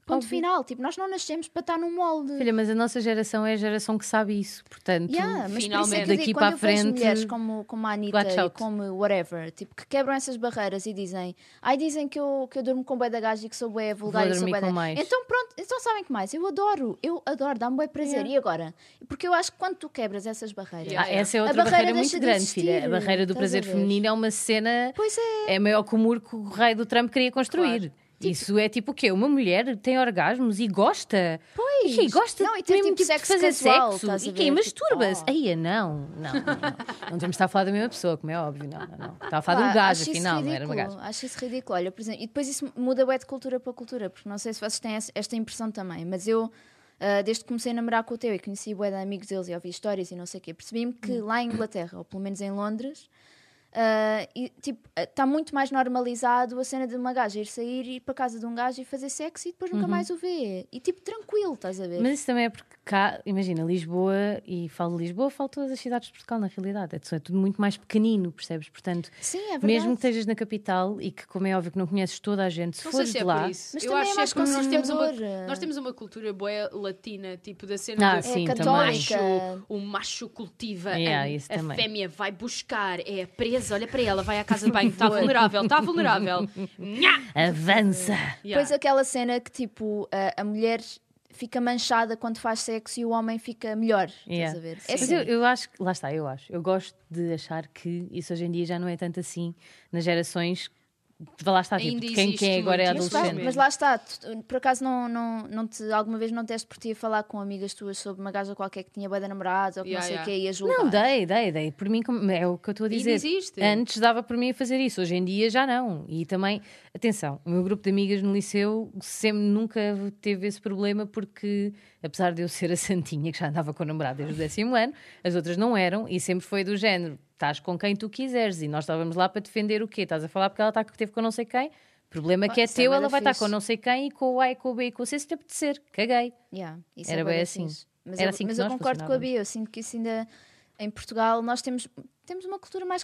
C: Ponto
B: Óbvio.
C: final. Tipo, nós não nascemos para estar num molde.
B: filha, mas a nossa geração é a geração que sabe isso. Portanto,
C: Yeah, mas por isso é
A: finalmente.
C: que eu
B: Daqui
C: digo,
B: para
C: quando eu vejo
B: frente,
C: mulheres como, como a Anitta
B: watch
C: e
B: out.
C: como whatever, tipo, que quebram essas barreiras e dizem ai, dizem que eu, que eu durmo com bué da gaja e que sou bué vulgar
B: Vou
C: e sou
B: dormir
C: bué da...
B: com mais.
C: Então pronto, então sabem que mais? Eu adoro, eu adoro, dá-me bué prazer. E agora? Porque eu acho que quando tu quebras essas barreiras...
B: Ah, essa é
C: A
B: outra
C: barreira
B: barreira
C: deixa
B: muito
C: de
B: grande, filha. A
C: existir,
B: barreira do
C: estás a
B: prazer
C: ver?
B: feminino é uma cena.
C: Pois é.
B: É maior que o muro que o rei do Trump queria construir. Isso é tipo o quê? Uma mulher tem orgasmos e gosta.
C: Pois.
B: E quem gosta
C: Não, e
B: do
C: ter,
B: mesmo
C: tipo,
B: de
C: sexo
B: fazer
C: casual, estás
B: sexo.
C: a
B: E quem
C: ver, tipo,
B: masturba-se.
C: oh.
B: Aí, é não. Não, não, não. Não temos de estar a falar da mesma pessoa, como é óbvio. Não, não, não. Estava a falar de um
C: Pá,
B: gajo,
C: acho isso
B: afinal, não era uma
C: ridículo,
B: gaja.
C: Acho isso ridículo. Olha, por exemplo, e depois isso muda bué de cultura para cultura, porque não sei se vocês têm essa- esta impressão também, mas eu, ah, desde que comecei a namorar com o Teu e conheci bué de amigos deles e ouvi histórias e não sei o quê, percebi-me que
B: Hum.
C: lá em Inglaterra, ou pelo menos em Londres, ah, e, tipo, está muito mais normalizado a cena de uma gaja ir sair, ir para casa de um gajo e fazer sexo e depois nunca mais o vê. E tipo, tranquilo, estás a ver?
B: Uhum. Mas isso também é porque cá, imagina, Lisboa, e falo de Lisboa, falo de todas as cidades de Portugal, na realidade. É tudo- é tudo muito mais pequenino, percebes? Portanto,
C: Sim, é verdade.
B: mesmo que estejas na capital e que, como é óbvio, que não conheces toda a gente, se
A: Não sei
B: fores
A: se é
B: de lá.
A: por isso.
C: Mas
A: eu
C: também
A: acho
C: é mais
A: que porque nós temos, uma,
C: conservadora.
A: nós temos uma cultura boa latina, tipo da cena
B: eh. Ah,
A: do
B: sim,
A: o
B: também.
A: macho, o macho cultiva,
B: Yeah,
A: a-
B: isso
A: a
B: também.
A: fêmea vai buscar, é presa, olha para ela, vai à casa de banho, está vulnerável, está vulnerável. Nha! é,
B: Avança!
A: Yeah.
C: Depois aquela cena que tipo a, a mulher fica manchada quando faz sexo e o homem fica melhor. Estás
B: Yeah.
C: a ver? É
B: Mas
C: assim.
B: eu, eu acho que, lá está, eu acho. Eu gosto de achar que isso hoje em dia já não é tanto assim nas gerações. Lá está, tipo,
A: Ainda
B: de quem,
A: existe
B: quem agora é
A: muito
C: Mas lá,
B: adolescente.
A: mesmo.
C: mas lá está, tu- tu- por acaso não, não, não te, alguma vez não deste por ti a falar com amigas tuas sobre uma gaja qualquer que tinha boa namorados ou que
A: Yeah,
C: não sei o
A: yeah.
C: que e a julgar.
B: Não, dei, dei, dei. Por mim, como- é o que eu estou a dizer.
A: existe.
B: Antes dava por mim a fazer isso, hoje em dia já não. E também, atenção, o meu grupo de amigas no liceu sempre nunca teve esse problema porque, apesar de eu ser a santinha que já andava com o namorado desde o décimo ano, as outras não eram e sempre foi do género, estás com quem tu quiseres e nós estávamos lá para defender o quê? Estás a falar porque ela está com- teve com não sei quem? Problema que
C: Ah,
B: é
C: isso é
B: teu,
C: bué
B: ela
C: da
B: vai estar
C: fixe.
B: com não sei quem e com o A e com o B e com o C se te apetecer. Caguei.
C: Yeah, isso
B: Era
C: é bué
B: bem
C: da
B: assim.
C: fixe. Mas
B: Era
C: eu,
B: assim que
C: mas eu
B: nós
C: concordo com a
B: funcionávamos.
C: Bia, eu sinto que isso ainda em Portugal nós temos, temos uma cultura mais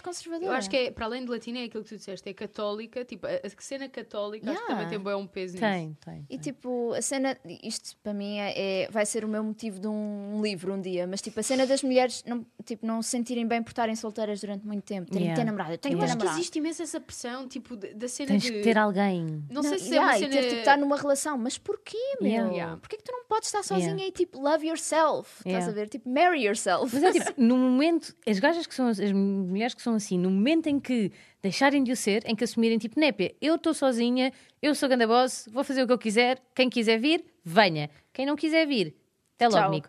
A: Eu
C: conservadora.
A: acho que é, para além de latina, é aquilo que tu disseste, é católica, tipo, a a cena católica acho que
C: Yeah.
A: também tem bué um peso nisso.
B: Tem, tem.
C: E
B: tem.
C: tipo, a cena, isto para mim é, é- vai ser o meu motivo de um livro um dia, mas tipo, a cena das mulheres não, tipo, não se sentirem bem por estarem solteiras durante muito tempo, terem
B: Yeah.
C: que ter namorado, eu tenho
A: Eu
C: que ter
A: acho que
C: namorado.
A: existe imenso essa pressão, tipo, de- da cena
B: Tens
A: de...
B: que ter alguém.
A: Não,
C: Não,
A: sei se
C: yeah,
A: é
C: e
A: uma
C: ter
A: cena...
C: tipo,
B: tá
C: estar numa relação, mas porquê, meu?
B: Yeah.
A: Yeah.
C: Porquê que tu não podes estar sozinha
B: Yeah.
C: e tipo, love yourself? Estás
B: Yeah.
C: a ver? Tipo, marry yourself.
B: Mas é tipo, no momento, as gajas que são, as mulheres que são assim, no momento em que deixarem de o ser, em que assumirem tipo, népia, eu estou sozinha, eu sou ganda boss, vou fazer o que eu quiser, quem quiser vir, venha. Quem não quiser vir, até logo,
C: Tchau.
B: Nico.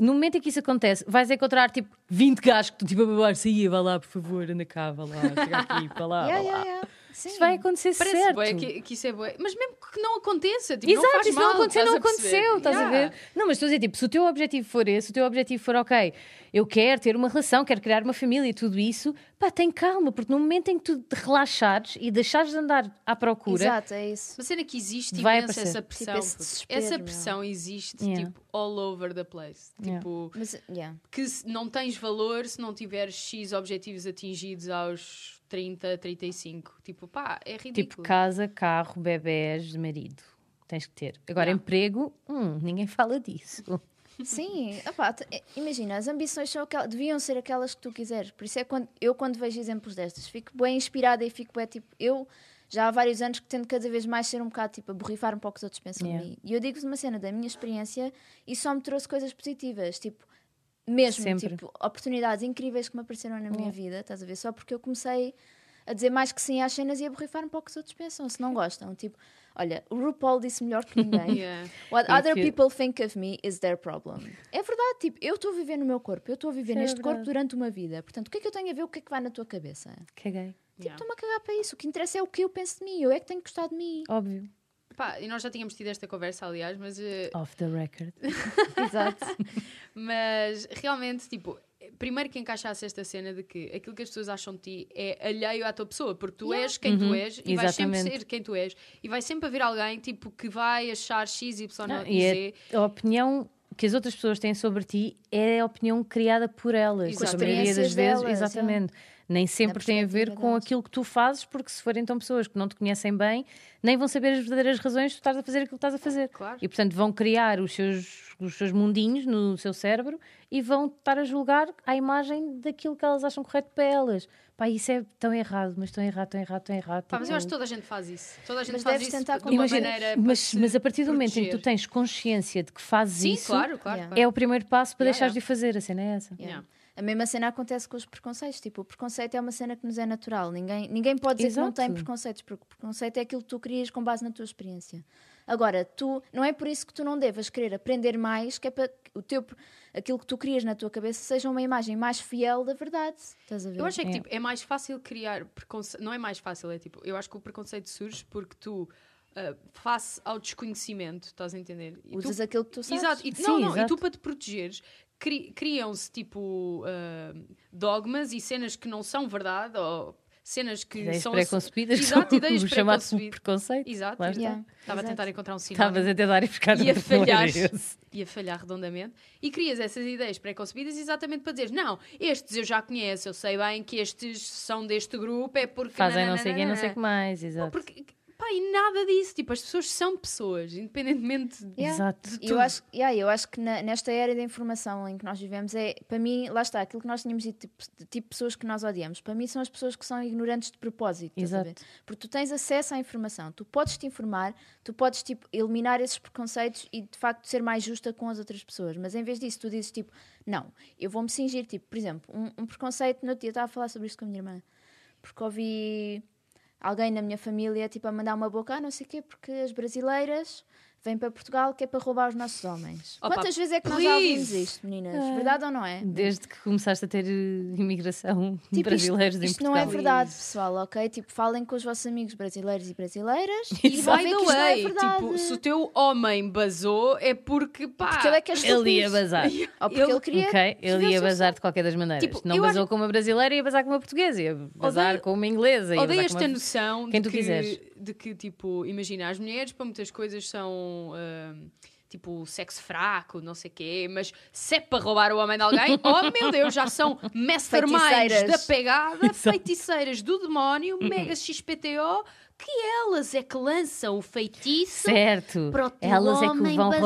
B: No momento em que isso acontece, vais encontrar tipo 20 gajos que tu tipo a babar, saia, vá lá, por favor, anda cá, vá lá, chega aqui, vá lá,
C: Yeah,
B: vá lá.
C: yeah, yeah. Sim.
B: Isso vai acontecer
A: Parece
B: certo.
A: bué que, que isso é bué. Mas mesmo que não aconteça, tipo,
B: Exato,
A: não faz
B: isso
A: mal,
B: não aconteceu,
A: estás
B: não
A: a perceber?
B: aconteceu, estás
A: Yeah.
B: a ver? Não, mas estou a dizer, tipo, se o teu objetivo for esse, se o teu objetivo for, ok, eu quero ter uma relação, quero criar uma família e tudo isso, pá, tem calma, porque no momento em que tu te relaxares e deixares de andar à procura,
C: Exato, é isso.
A: Uma cena que existe
B: Vai
A: imenso
B: aparecer.
A: essa
C: Tipo,
A: pressão.
C: esse
A: puto.
C: desespero,
A: essa
C: meu.
A: pressão existe,
B: Yeah.
A: tipo, all over the place.
B: Yeah.
A: Tipo,
C: Mas, yeah.
A: que se não tens valor se não tiveres X objetivos atingidos aos 30, 35. Tipo, pá, é ridículo.
B: tipo, casa, carro, bebés, marido, tens que ter. Agora,
A: Yeah.
B: emprego, hum, ninguém fala disso.
C: Sim, opá, t- eh, imagina, as ambições são aquelas, deviam ser aquelas que tu quiseres. Por isso é quando eu quando vejo exemplos destas, fico bem inspirada e fico bem tipo, eu já há vários anos que tento cada vez mais ser um bocado tipo a borrifar-me para o que os outros pensam
B: Yeah.
C: de mim. E eu digo-vos uma cena da minha experiência e só me trouxe coisas positivas, tipo, mesmo,
B: Sempre.
C: tipo, oportunidades incríveis que me apareceram na minha vida, estás a ver? Só porque eu comecei a dizer mais que sim às cenas e a borrifar-me para o que os outros pensam, se não gostam. Tipo, olha, o RuPaul disse melhor que ninguém.
A: Yeah.
C: What
B: If
C: other
B: you-
C: people think of me is their problem. É verdade, tipo, eu estou a viver no meu corpo, eu estou a viver
B: Isso é
C: neste corpo
B: verdade. Ah.
C: durante uma vida. Portanto, o que é que eu tenho a ver, o que é que vai na tua cabeça?
B: Caguei.
A: Yeah.
C: Estou-me a cagar para isso. O que interessa é o que eu penso de mim, eu é que tenho que gostar de mim.
B: Óbvio.
A: Pá, e nós já tínhamos tido esta conversa, aliás, mas, eh,
B: Off the record.
C: Exato.
A: mas realmente, tipo, primeiro que encaixasse esta cena de que aquilo que as pessoas acham de ti é alheio à tua pessoa, porque tu és quem tu
B: Uhum,
A: és e vais sempre
B: exatamente.
A: ser quem tu és. E vai sempre haver alguém, tipo, que vai achar X, Y,
B: Não,
A: Z.
B: e é a, a opinião que as outras pessoas têm sobre ti é a opinião criada por elas.
A: Com as
B: a maioria das
C: experiências
B: vezes,
C: delas,
B: exatamente.
A: é.
B: Nem sempre tem a ver
C: perspectiva
B: com
C: delas.
B: aquilo que tu fazes, porque se forem então pessoas que não te conhecem bem, nem vão saber as verdadeiras razões de tu estás a fazer aquilo que estás a fazer.
A: Claro.
B: E portanto vão criar os seus, os seus mundinhos no seu cérebro e vão estar a julgar à imagem daquilo que elas acham correto para elas. Pá, isso é tão errado, mas tão errado, tão errado, tão errado.
A: Pá, mas eu
B: tipo-
A: acho que toda a gente faz isso. Toda a gente
C: Mas
A: faz
C: deves
A: isso
C: tentar
A: de uma
C: combater.
A: maneira. para
B: mas,
A: se
B: mas a partir do momento em que tu
A: proteger.
B: tens consciência de que fazes
A: Sim,
B: isso,
A: claro, claro.
C: Yeah.
A: claro.
B: é o primeiro passo para
A: Yeah,
B: deixares
A: yeah.
B: de fazer. A cena é essa.
C: Yeah.
A: Yeah.
C: A mesma cena acontece com os preconceitos. Tipo, o preconceito é uma cena que nos é natural. Ninguém, ninguém pode dizer que não
B: Exato.
C: tem preconceitos, porque preconceito é aquilo que tu crias com base na tua experiência. Agora, tu não é por isso que tu não devas querer aprender mais, que é para que o teu, aquilo que tu crias na tua cabeça seja uma imagem mais fiel da verdade. Estás a ver?
A: Eu acho é que
B: É.
A: tipo, é mais fácil criar preconceito. Não é mais fácil, é tipo, eu acho que o preconceito surge porque tu, ah, face ao desconhecimento, estás a entender? E
C: Usas
A: tu,
C: aquilo que tu sabes.
A: exato, e,
B: Sim,
A: não, não, e
B: exato.
A: tu para te protegeres. cri- Criam-se tipo ah, dogmas e cenas que não são verdade ou cenas que
B: Ideias
A: são
B: pré-concebidas,
A: Exato, ideias
B: o chamado
A: preconcebidas.
B: preconceito.
A: Exato,
B: Lá
A: exato.
B: está.
C: Yeah,
A: estava a
C: exato.
A: tentar encontrar um sinal
B: Estavas a tentar ir buscar
A: E a
B: um que não era
A: falhar.
B: esse.
A: e a falhar redondamente, e crias essas ideias pré-concebidas exatamente para dizer: não, estes eu já conheço, eu sei bem que estes são deste grupo, é porque.
B: Fazem não sei quem, não sei o que mais.
A: Não,
B: Exato.
A: Porque, pá, e nada disso. Tipo, as pessoas são pessoas, independentemente de.
C: Yeah.
B: Exato.
C: E Eu acho, yeah, eu acho que na- nesta era da informação em que nós vivemos é, para mim, lá está, aquilo que nós tínhamos dito, tipo, de tipo pessoas que nós odiamos, para mim são as pessoas que são ignorantes de propósito, estás a ver?
B: Exato.
C: Porque tu tens acesso à informação, tu podes te informar, tu podes tipo, eliminar esses preconceitos e de facto ser mais justa com as outras pessoas, mas em vez disso tu dizes tipo, não, eu vou-me cingir, tipo, por exemplo, um, um preconceito, no outro dia eu estava a falar sobre isso com a minha irmã, porque ouvi alguém na minha família tipo a mandar uma boca, ah, não sei o quê, porque as brasileiras vêm para Portugal que é para roubar os nossos homens.
A: Opa,
C: Quantas vezes é que nós já ouvimos
A: please!
C: isto, meninas? Verdade ou não é?
B: Desde que começaste a ter eh, imigração de
C: Tipo, isto-
B: brasileiros
C: isto,
B: em Portugal.
C: não é verdade, pessoal, ok? Tipo, falem com os vossos amigos brasileiros e brasileiras
A: E
C: e
A: by
C: vão ver
A: the
C: que isto não é
A: way,
C: verdade.
A: tipo, se o teu homem basou, é porque, pá.
C: Porque ele é que é
B: Ele ia
C: estúpido.
B: bazar.
C: Ou porque ele, queria.
B: Ok, ele ia
C: resolver-se
B: bazar de qualquer das maneiras.
A: Tipo,
B: não
A: eu
B: basou
A: acho-
B: com uma brasileira, ia bazar com uma portuguesa, ia bazar
A: Odeio-
B: com uma inglesa. ia
A: Odeio
B: bazar com
A: esta
B: uma...
A: noção
B: quem
A: de,
B: tu quiseres.
A: que, de que, tipo, imagina, as mulheres para muitas coisas são. ahm, Tipo, sexo fraco, não sei quê, mas se é para roubar o homem de alguém, oh meu Deus, já são masterminds
C: Feiticeiras.
A: da pegada, feiticeiras do demónio, mega XPTO, que elas é que lançam o feitiço
B: Certo.
A: para o teu
B: Elas é que
A: homem
B: o vão
A: bazar.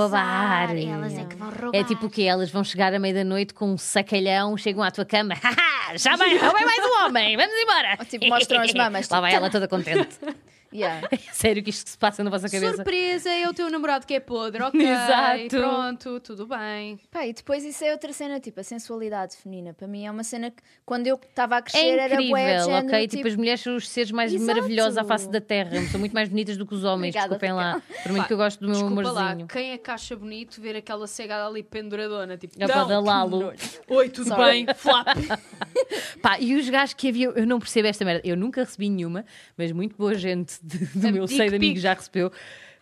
B: roubar.
A: Elas é que vão roubar.
B: É tipo que elas vão chegar à meia da noite com um sacalhão, chegam à tua cama, "Haha, já vai, já vai mais um homem, vamos embora.
C: Ou tipo, mostram as mamas,
B: Lá
C: tipo,
B: vai ela toda contente. É
C: Yeah.
B: Sério que isto que se passa na vossa cabeça.
A: Surpresa, é o teu namorado que é podre, ok.
B: Exato.
A: Pronto, tudo bem.
C: Pá, e depois isso é outra cena, tipo, a sensualidade feminina. Para mim é uma cena que, quando eu estava a crescer,
B: É
C: era bué de
B: incrível,
C: género,
B: ok? Tipo,
C: tipo,
B: as mulheres são os seres mais
C: Exato.
B: maravilhosos à face da Terra. São muito mais bonitas do que os homens,
C: Obrigada,
B: desculpem
C: Raquel.
B: lá. Por muito que eu gosto do meu
A: Desculpa lá,
B: amorzinho.
A: quem é que acha bonito ver aquela cegada ali penduradona? Tipo,
B: É
A: não,
B: para lo
A: Oi, tudo
C: Sorry.
A: bem? Flap.
B: Pá, e os gajos que havia, eu não percebo esta merda. Eu nunca recebi nenhuma, mas muito boa gente de- do
A: A
B: meu
A: dick
B: seio de
A: pic.
B: amigos já recebeu.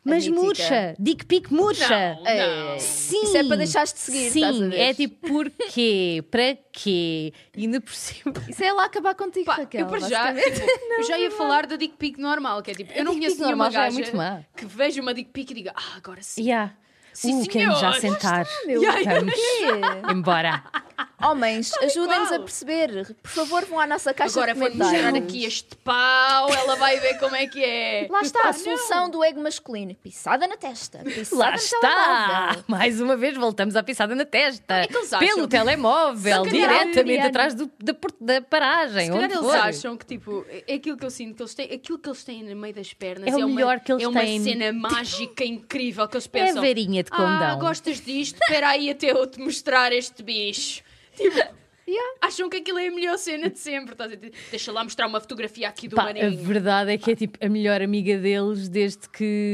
B: Mas
C: mítica.
B: murcha, dick pic murcha. Ah,
A: Não,
C: Ei.
A: não.
B: Sim.
C: Isso é para deixares de seguir,
B: Sim,
C: estás a ver?
B: é tipo, porquê? Para quê? E ainda por cima.
C: Isso é lá acabar contigo,
A: Pá,
C: Raquel.
A: eu para já,
C: basicamente.
A: tipo, eu já ia falar da dick pic normal, que é tipo, eu não
B: é. dick
A: conheço
B: pic
A: nenhuma
B: normal já é
A: gaja
B: muito má.
A: que veja uma dick pic e diga, ah, agora sim.
B: Yeah.
A: Sim,
B: uh, queremos já
A: senhor.
B: sentar.
C: Meu,
A: Yeah,
B: Vamos
C: quê?
B: embora.
C: Homens, ajudem-nos a
A: qual.
C: perceber. Por favor, vão à nossa caixa
A: Agora
C: de
A: vou mostrar
C: comentários.
A: aqui este pau, ela vai ver como é que é.
C: Lá está
A: Pá,
C: a solução do ego masculino. Pisada na testa. Pisada
B: Lá
C: no
B: está!
C: telemóvel.
B: Mais uma vez voltamos à pisada na testa.
A: é que eles acham?
B: Pelo telemóvel,
A: Se calhar,
B: diretamente
A: Mariana.
B: atrás do- da, por- da paragem.
A: Se calhar
B: onde
A: eles
B: for.
A: acham que, tipo, é aquilo que eu sinto que eles têm, aquilo que eles têm no meio das pernas
B: É o
A: uma-
B: melhor que eles
A: é uma
B: têm.
A: cena mágica incrível que eles
B: É a
A: pensam.
B: varinha de
A: Ah,
B: condão."
A: gostas disto? Espera aí até eu te mostrar este bicho. Tipo, acham que aquilo é a melhor cena de sempre. estás a dizer, Deixa lá mostrar uma fotografia aqui do
B: Pá, a
A: marinho. Ah.
B: verdade é que é tipo a melhor amiga deles desde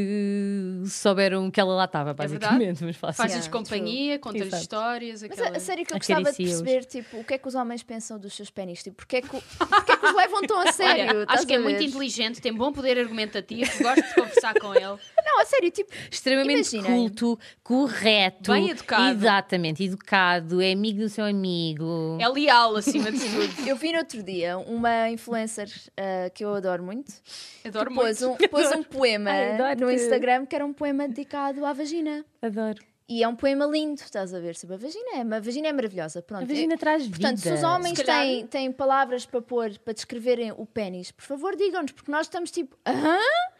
B: que souberam que ela lá estava,
A: É verdade.
B: basicamente. assim. Mas fácil.
A: Faz-lhes
C: Yeah,
A: companhia, conta-lhes
B: Exato.
A: histórias.
C: Mas é,
A: Aquela...
C: a, a sério que eu
B: Aquele
C: gostava de
B: ciúmes.
C: perceber, tipo, o que é que os homens pensam dos seus pênis? Tipo, porque é que, o- porque é que os levam tão a
A: Olha,
C: sério? Estás
A: acho que
C: a
A: é muito
C: ver?
A: inteligente, tem bom poder argumentativo, gosto de conversar com ele.
C: Não, a sério, tipo,
B: Extremamente
C: Imaginem.
B: culto, correto,
A: Bem educado.
B: Exatamente, educado, é amigo do seu amigo.
A: É leal acima de tudo.
C: eu vi no outro dia uma influencer ah, que eu adoro muito,
A: Adoro
C: pôs
A: muito.
C: um, pôs um poema
B: Ai, adoro-te.
C: no Instagram que era um poema dedicado à vagina.
B: Adoro.
C: E é um poema lindo, estás a ver, sobre a vagina. É uma- A vagina é maravilhosa. Pronto. é-
B: A vagina traz vida.
C: Portanto, se os homens
A: Se calhar-
C: têm, têm palavras para pôr, para descreverem o pênis, por favor, digam-nos, porque nós estamos tipo, aham?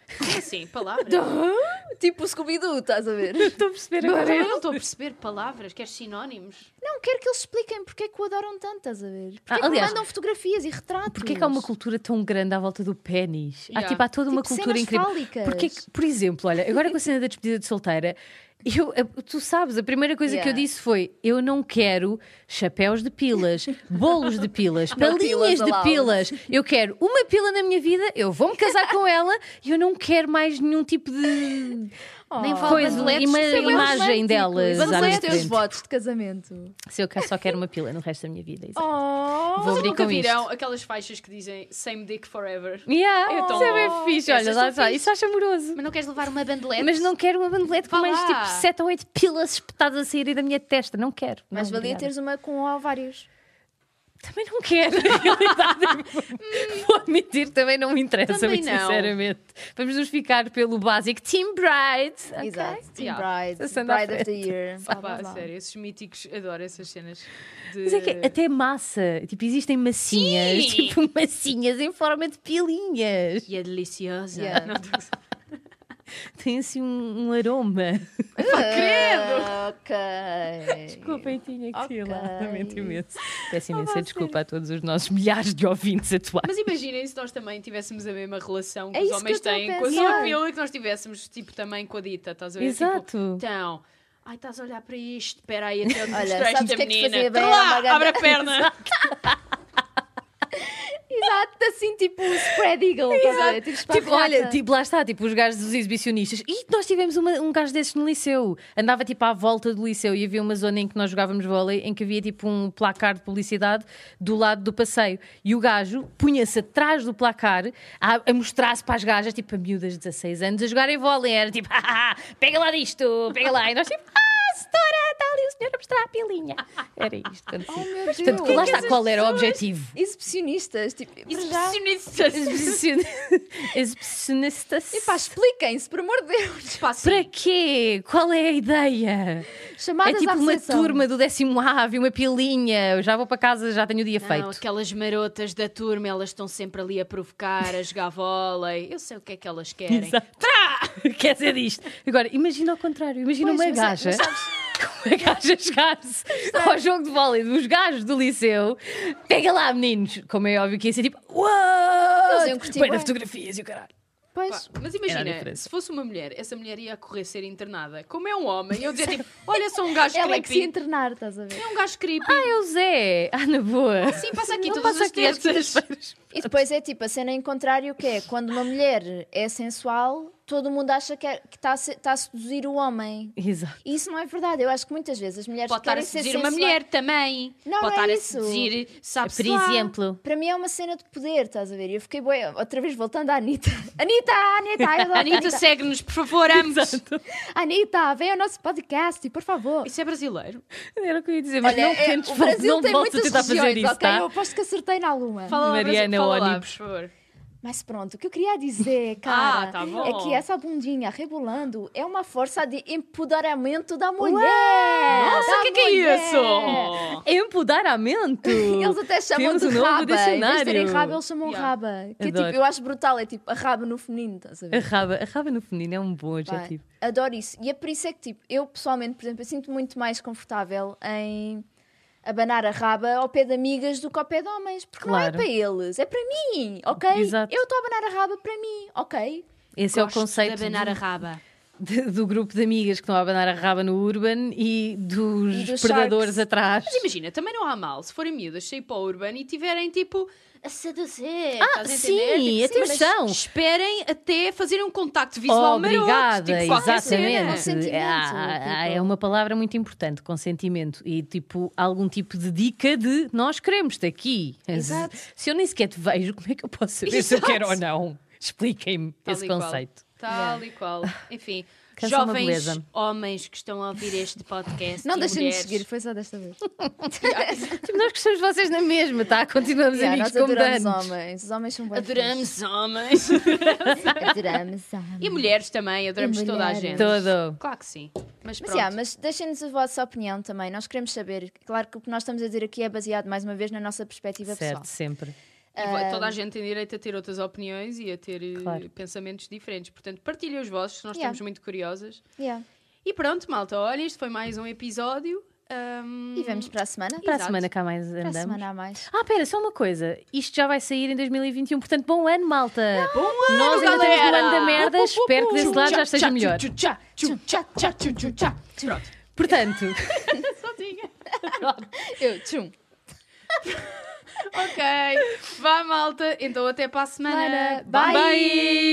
C: um
A: Como assim? Palavras?
C: Tipo o Scooby-Doo, estás a ver?
B: Estou a perceber
A: Eu
B: agora.
A: também não estou a perceber palavras, queres sinónimos?
C: Não, quero que eles expliquem porque é que o adoram tanto, estás a ver? Porque
B: Ah,
C: é que me
B: aliás,
C: mandam fotografias e retratos.
B: Porquê é que há uma cultura tão grande à volta do pênis? Há,
A: Yeah.
B: tipo, há toda uma
C: Tipo,
B: cultura
C: cenas
B: incrível.
C: fálicas.
B: Porquê que- por exemplo, olha, agora com a cena da despedida de solteira, eu, a- tu sabes, a primeira coisa que eu
C: Yeah.
B: disse foi: eu não quero chapéus de pilas, bolos de pilas, palinhas
C: pilas
B: de
C: allowed.
B: pilas. Eu quero uma pila na minha vida, eu vou-me casar com ela e eu não quero mais nenhum tipo de
A: Nem
C: Oh.
A: vale
B: coisa,
A: bandeletes,
B: ima-
A: isso é bem
B: imagem
C: romântico.
B: delas. à
C: Vamos
B: minha
C: ler os teus
B: frente.
C: votos de casamento.
B: Se eu quero- só quero uma pila no resto da minha vida. exato.
C: Oh!
B: Vou
A: Vocês
B: abrir
A: nunca
B: com
A: virão
B: isto.
A: aquelas faixas que dizem Same Dick Forever.
B: Yeah,
A: É tão
B: isso é bem
A: bom.
B: fixe,
A: Essas
B: olha, lá
A: são
B: está,
A: fixe.
B: isso acho amoroso.
A: Mas não queres levar uma bandelete?
B: Mas não quero uma bandelete com
A: Vá
B: mais
A: lá.
B: tipo 7 ou 8 pilas espetadas a saírem da minha testa. Não quero.
C: Mas
B: Não,
C: valia
B: obrigada.
C: teres uma com ovários.
B: Também não quero. Na realidade, vou admitir, também não me interessa,
A: Também
B: muito
A: não.
B: sinceramente. Vamos nos ficar pelo básico Team Bride. ok?
C: Exato. Team
A: Yeah.
C: Bride.
B: Essa anda à
C: Bride of the Year. blá,
A: Ah,
C: blá,
A: pá,
C: blá.
A: sério, esses míticos adoro essas cenas. De...
B: Mas é que até massa, tipo, existem massinhas,
A: Sim.
B: tipo massinhas em forma de pilinhas.
A: E é deliciosa.
C: Yeah.
A: Não, tô-
B: Tem assim um, um aroma.
C: Ah, Ok.
B: Desculpem, tinha que ir lá.
C: Ok.
B: Lamento imenso. Peço imensa desculpa a todos os nossos milhares de ouvintes atuais.
A: Mas imaginem se nós também tivéssemos a mesma relação que
C: É
A: os
C: isso que
A: homens
C: eu tô a
A: têm com a
C: pensar.
A: sua pila que nós tivéssemos, tipo, também com a dita, estás a ver? Tipo,
B: Exato.
A: então, ai, estás a olhar para isto, espera aí até eu te
C: Olha,
A: mostrar
C: sabes
A: esta
C: o que é que
A: menina.
C: fazia bem?
A: Tá
C: Era uma
A: lá,
C: grande-
A: abre a perna.
C: Exato, assim tipo o Spread Eagle. estás a ver?
B: Tipo,
C: esparrata.
B: olha, tipo, lá está, tipo, os gajos dos exibicionistas. E nós tivemos uma- um gajo desses no liceu. Andava tipo à volta do liceu e havia uma zona em que nós jogávamos vôlei, em que havia tipo um placar de publicidade do lado do passeio. E o gajo punha-se atrás do placar a, a mostrar-se para as gajas, tipo, a miúdas de 16 anos, a jogarem vôlei. Era tipo, ah, ah, pega lá disto, pega lá. E nós tipo, ah, senhora, está ali o senhor a mostrar a pilinha. Era isto. assim. que acontecia.
C: Oh, meu
B: Portanto,
C: Deus.
B: lá está, qual era o objetivo?
C: Exibicionistas, tipo, para já.
A: Exibicionistas.
B: Exibici- Exibicionistas.
C: E pá, expliquem-se, por amor de Deus.
A: Pá, sim.
B: Para quê? Qual é a ideia?
C: Chamadas
B: é tipo
C: à
B: uma
C: recepção.
B: turma do décimo ave, uma pilinha. Eu já vou para casa, já tenho o dia
A: Não,
B: feito.
A: aquelas marotas da turma, elas estão sempre ali a provocar, a jogar vôlei. Eu sei o que é que elas querem.
B: Exato. Quer dizer disto. Agora, imagina ao contrário. Imagina
C: Pois,
B: uma
C: mas é- mas
B: gaja. Uma gaja a jogar-se ao jogo de vôlei dos gajos do liceu. Pega lá, meninos. Como é óbvio que ia ser tipo...
C: Eles
B: Uau!
C: iam curtir
B: Põe na
C: bué.
B: fotografias e o caralho.
A: Pá,
C: Pois,
A: mas
B: Era a
A: imagina,
B: diferença.
A: se fosse uma mulher, essa mulher ia correr ser internada. Como é um homem, eu dizia tipo, olha, sou um gajo
C: ela é que se
A: creepy.
C: internar, estás a ver?
A: É um gajo creepy.
B: Ah, é o Zé. Ah, na boa.
A: Sim, passa aqui
B: Não
A: todas
B: passa
A: as
B: aqui às
A: terças.
B: quintas-feiras.
C: E depois é tipo a cena em contrário que é quando uma mulher é sensual, todo mundo acha que é- que está a, se- está a seduzir o homem.
B: Exato.
C: E isso não é verdade. Eu acho que muitas vezes as mulheres
A: Pode estar a
C: querem ser
A: seduzir uma
C: sensua-
A: mulher também.
C: Não,
A: Pode
C: não
A: estar
C: é
A: a
C: isso.
A: seduzir, sabe-se
B: Por
A: lá.
B: exemplo...
C: Para mim é uma cena de poder, estás a ver? E eu fiquei bué, outra vez voltando à Anitta. Anitta, Anitta, eu adoro a
A: Anitta,
C: Anitta,
A: segue-nos, por favor, ambos.
C: Anitta, vem ao nosso podcast, por favor.
A: Isso é brasileiro.
B: Era o que eu ia dizer, mas não
C: é,
B: tentes
C: o
B: fazer,
C: Brasil
B: não
C: tem
B: voltes a
C: muitas
B: tentar
C: regiões,
B: fazer isso,
C: ok? Eu
B: tá?
C: aposto que acertei na alguma.
A: Fala lá,
B: Mariana
A: Brasil, fala lá,
B: Ónibus.
A: por favor.
C: Mas pronto, o que eu queria dizer, cara,
A: Ah, tá bom.
C: é que essa bundinha rebolando é uma força de empoderamento da mulher.
A: Nossa,
C: da
A: o que, que é
C: mulher.
A: isso?
B: Empoderamento!
C: Eles até chamam
B: Temos
C: de
B: um novo
C: raba. Em vez de terem
B: dicionário.
C: raba, eles chamam
A: Yeah.
C: raba. Que tipo,
B: Adoro.
C: eu acho brutal, é tipo a raba no feminino, estás a
B: A
C: ver?
B: raba, a raba no feminino é um bom
C: Pá,
B: adjetivo.
C: adoro isso. E é por isso é que, tipo, eu pessoalmente, por exemplo, eu sinto muito mais confortável em abanar a raba ao pé de amigas do que ao pé de homens. Porque
B: Claro.
C: não é para eles, é para mim, ok?
B: Exato.
C: Eu estou a abanar a raba para mim, ok?
B: Esse é o conceito
A: de abanar
B: do-
A: a raba.
B: de- do grupo de amigas que estão a abanar a raba no Urban e dos,
C: E dos
B: predadores
C: sharks.
B: atrás.
A: Mas imagina, também não há mal se forem miúdas sair para o Urban e tiverem tipo a seduzir.
B: Ah,
A: estás a entender?
B: sim,
A: Tipo, mas
B: atenção.
A: Esperem até fazerem um contacto visual maroto,
B: Obrigada,
A: tipo, qualquer cena.
B: exatamente.
C: Consentimento,
B: Ah, ah,
C: tipo.
B: é uma palavra muito importante, consentimento. E tipo, algum tipo de dica de nós queremos-te aqui.
C: Exato.
B: Se eu nem sequer te vejo, como é que eu posso saber se eu
A: Exato.
B: quero ou não? Expliquem-me
A: Tal
B: esse
A: e qual.
B: conceito.
A: Tal e qual. Enfim,
B: Canção é uma
A: jovens
B: beleza.
A: homens que estão a ouvir este podcast.
C: Não
A: e
C: deixem de
A: mulheres,
C: seguir, foi só desta vez.
B: Tipo, nós gostamos de vocês na mesma, tá? Continuamos
C: Yeah,
B: amigos
C: nós
B: como
C: adoramos
B: dantes.
C: homens. Os homens são bons.
A: Adoramos homens.
C: Adoramos homens.
A: e mulheres também, adoramos
C: E
A: toda a
C: mulheres.
A: gente.
C: é
B: Todo.
A: Claro que sim. Mas
C: Mas,
A: pronto.
C: yeah, mas deixem-nos a vossa opinião também. Nós queremos saber. Claro que o que nós estamos a dizer aqui é baseado, mais uma vez, na nossa perspectiva pessoal.
B: Certo, sempre.
A: E
C: eh,
A: vo- toda a gente tem direito a ter outras opiniões e a ter eh,
B: Claro.
A: pensamentos diferentes. Portanto, partilhem os vossos, nós
C: Yeah.
A: estamos muito curiosas.
C: Yeah.
A: E pronto, malta, olha, este foi mais um episódio. Ahm,
C: E vemos para a semana.
B: Para a
A: Exato.
B: semana cá mais
C: Para a
B: andamos.
C: semana a mais.
B: Ah, pera, só uma coisa. Isto já vai sair em 2021, portanto, bom ano, malta!
A: Bom ano,
B: Nós ainda
A: galera!
B: temos no ano da merda,
A: Uh, uh, uh,
B: espero que desse
A: uh,
B: lado
A: tchá,
B: já esteja
A: tchá,
B: melhor.
A: tchu, tchá, tchu, tchá, tchá, tchu, tchu, tchá. Pronto,
B: Portanto,
A: sozinha.
C: Eu, tchum.
A: ok, vá, malta. Então, até para a semana.
C: Bye.
A: Bye.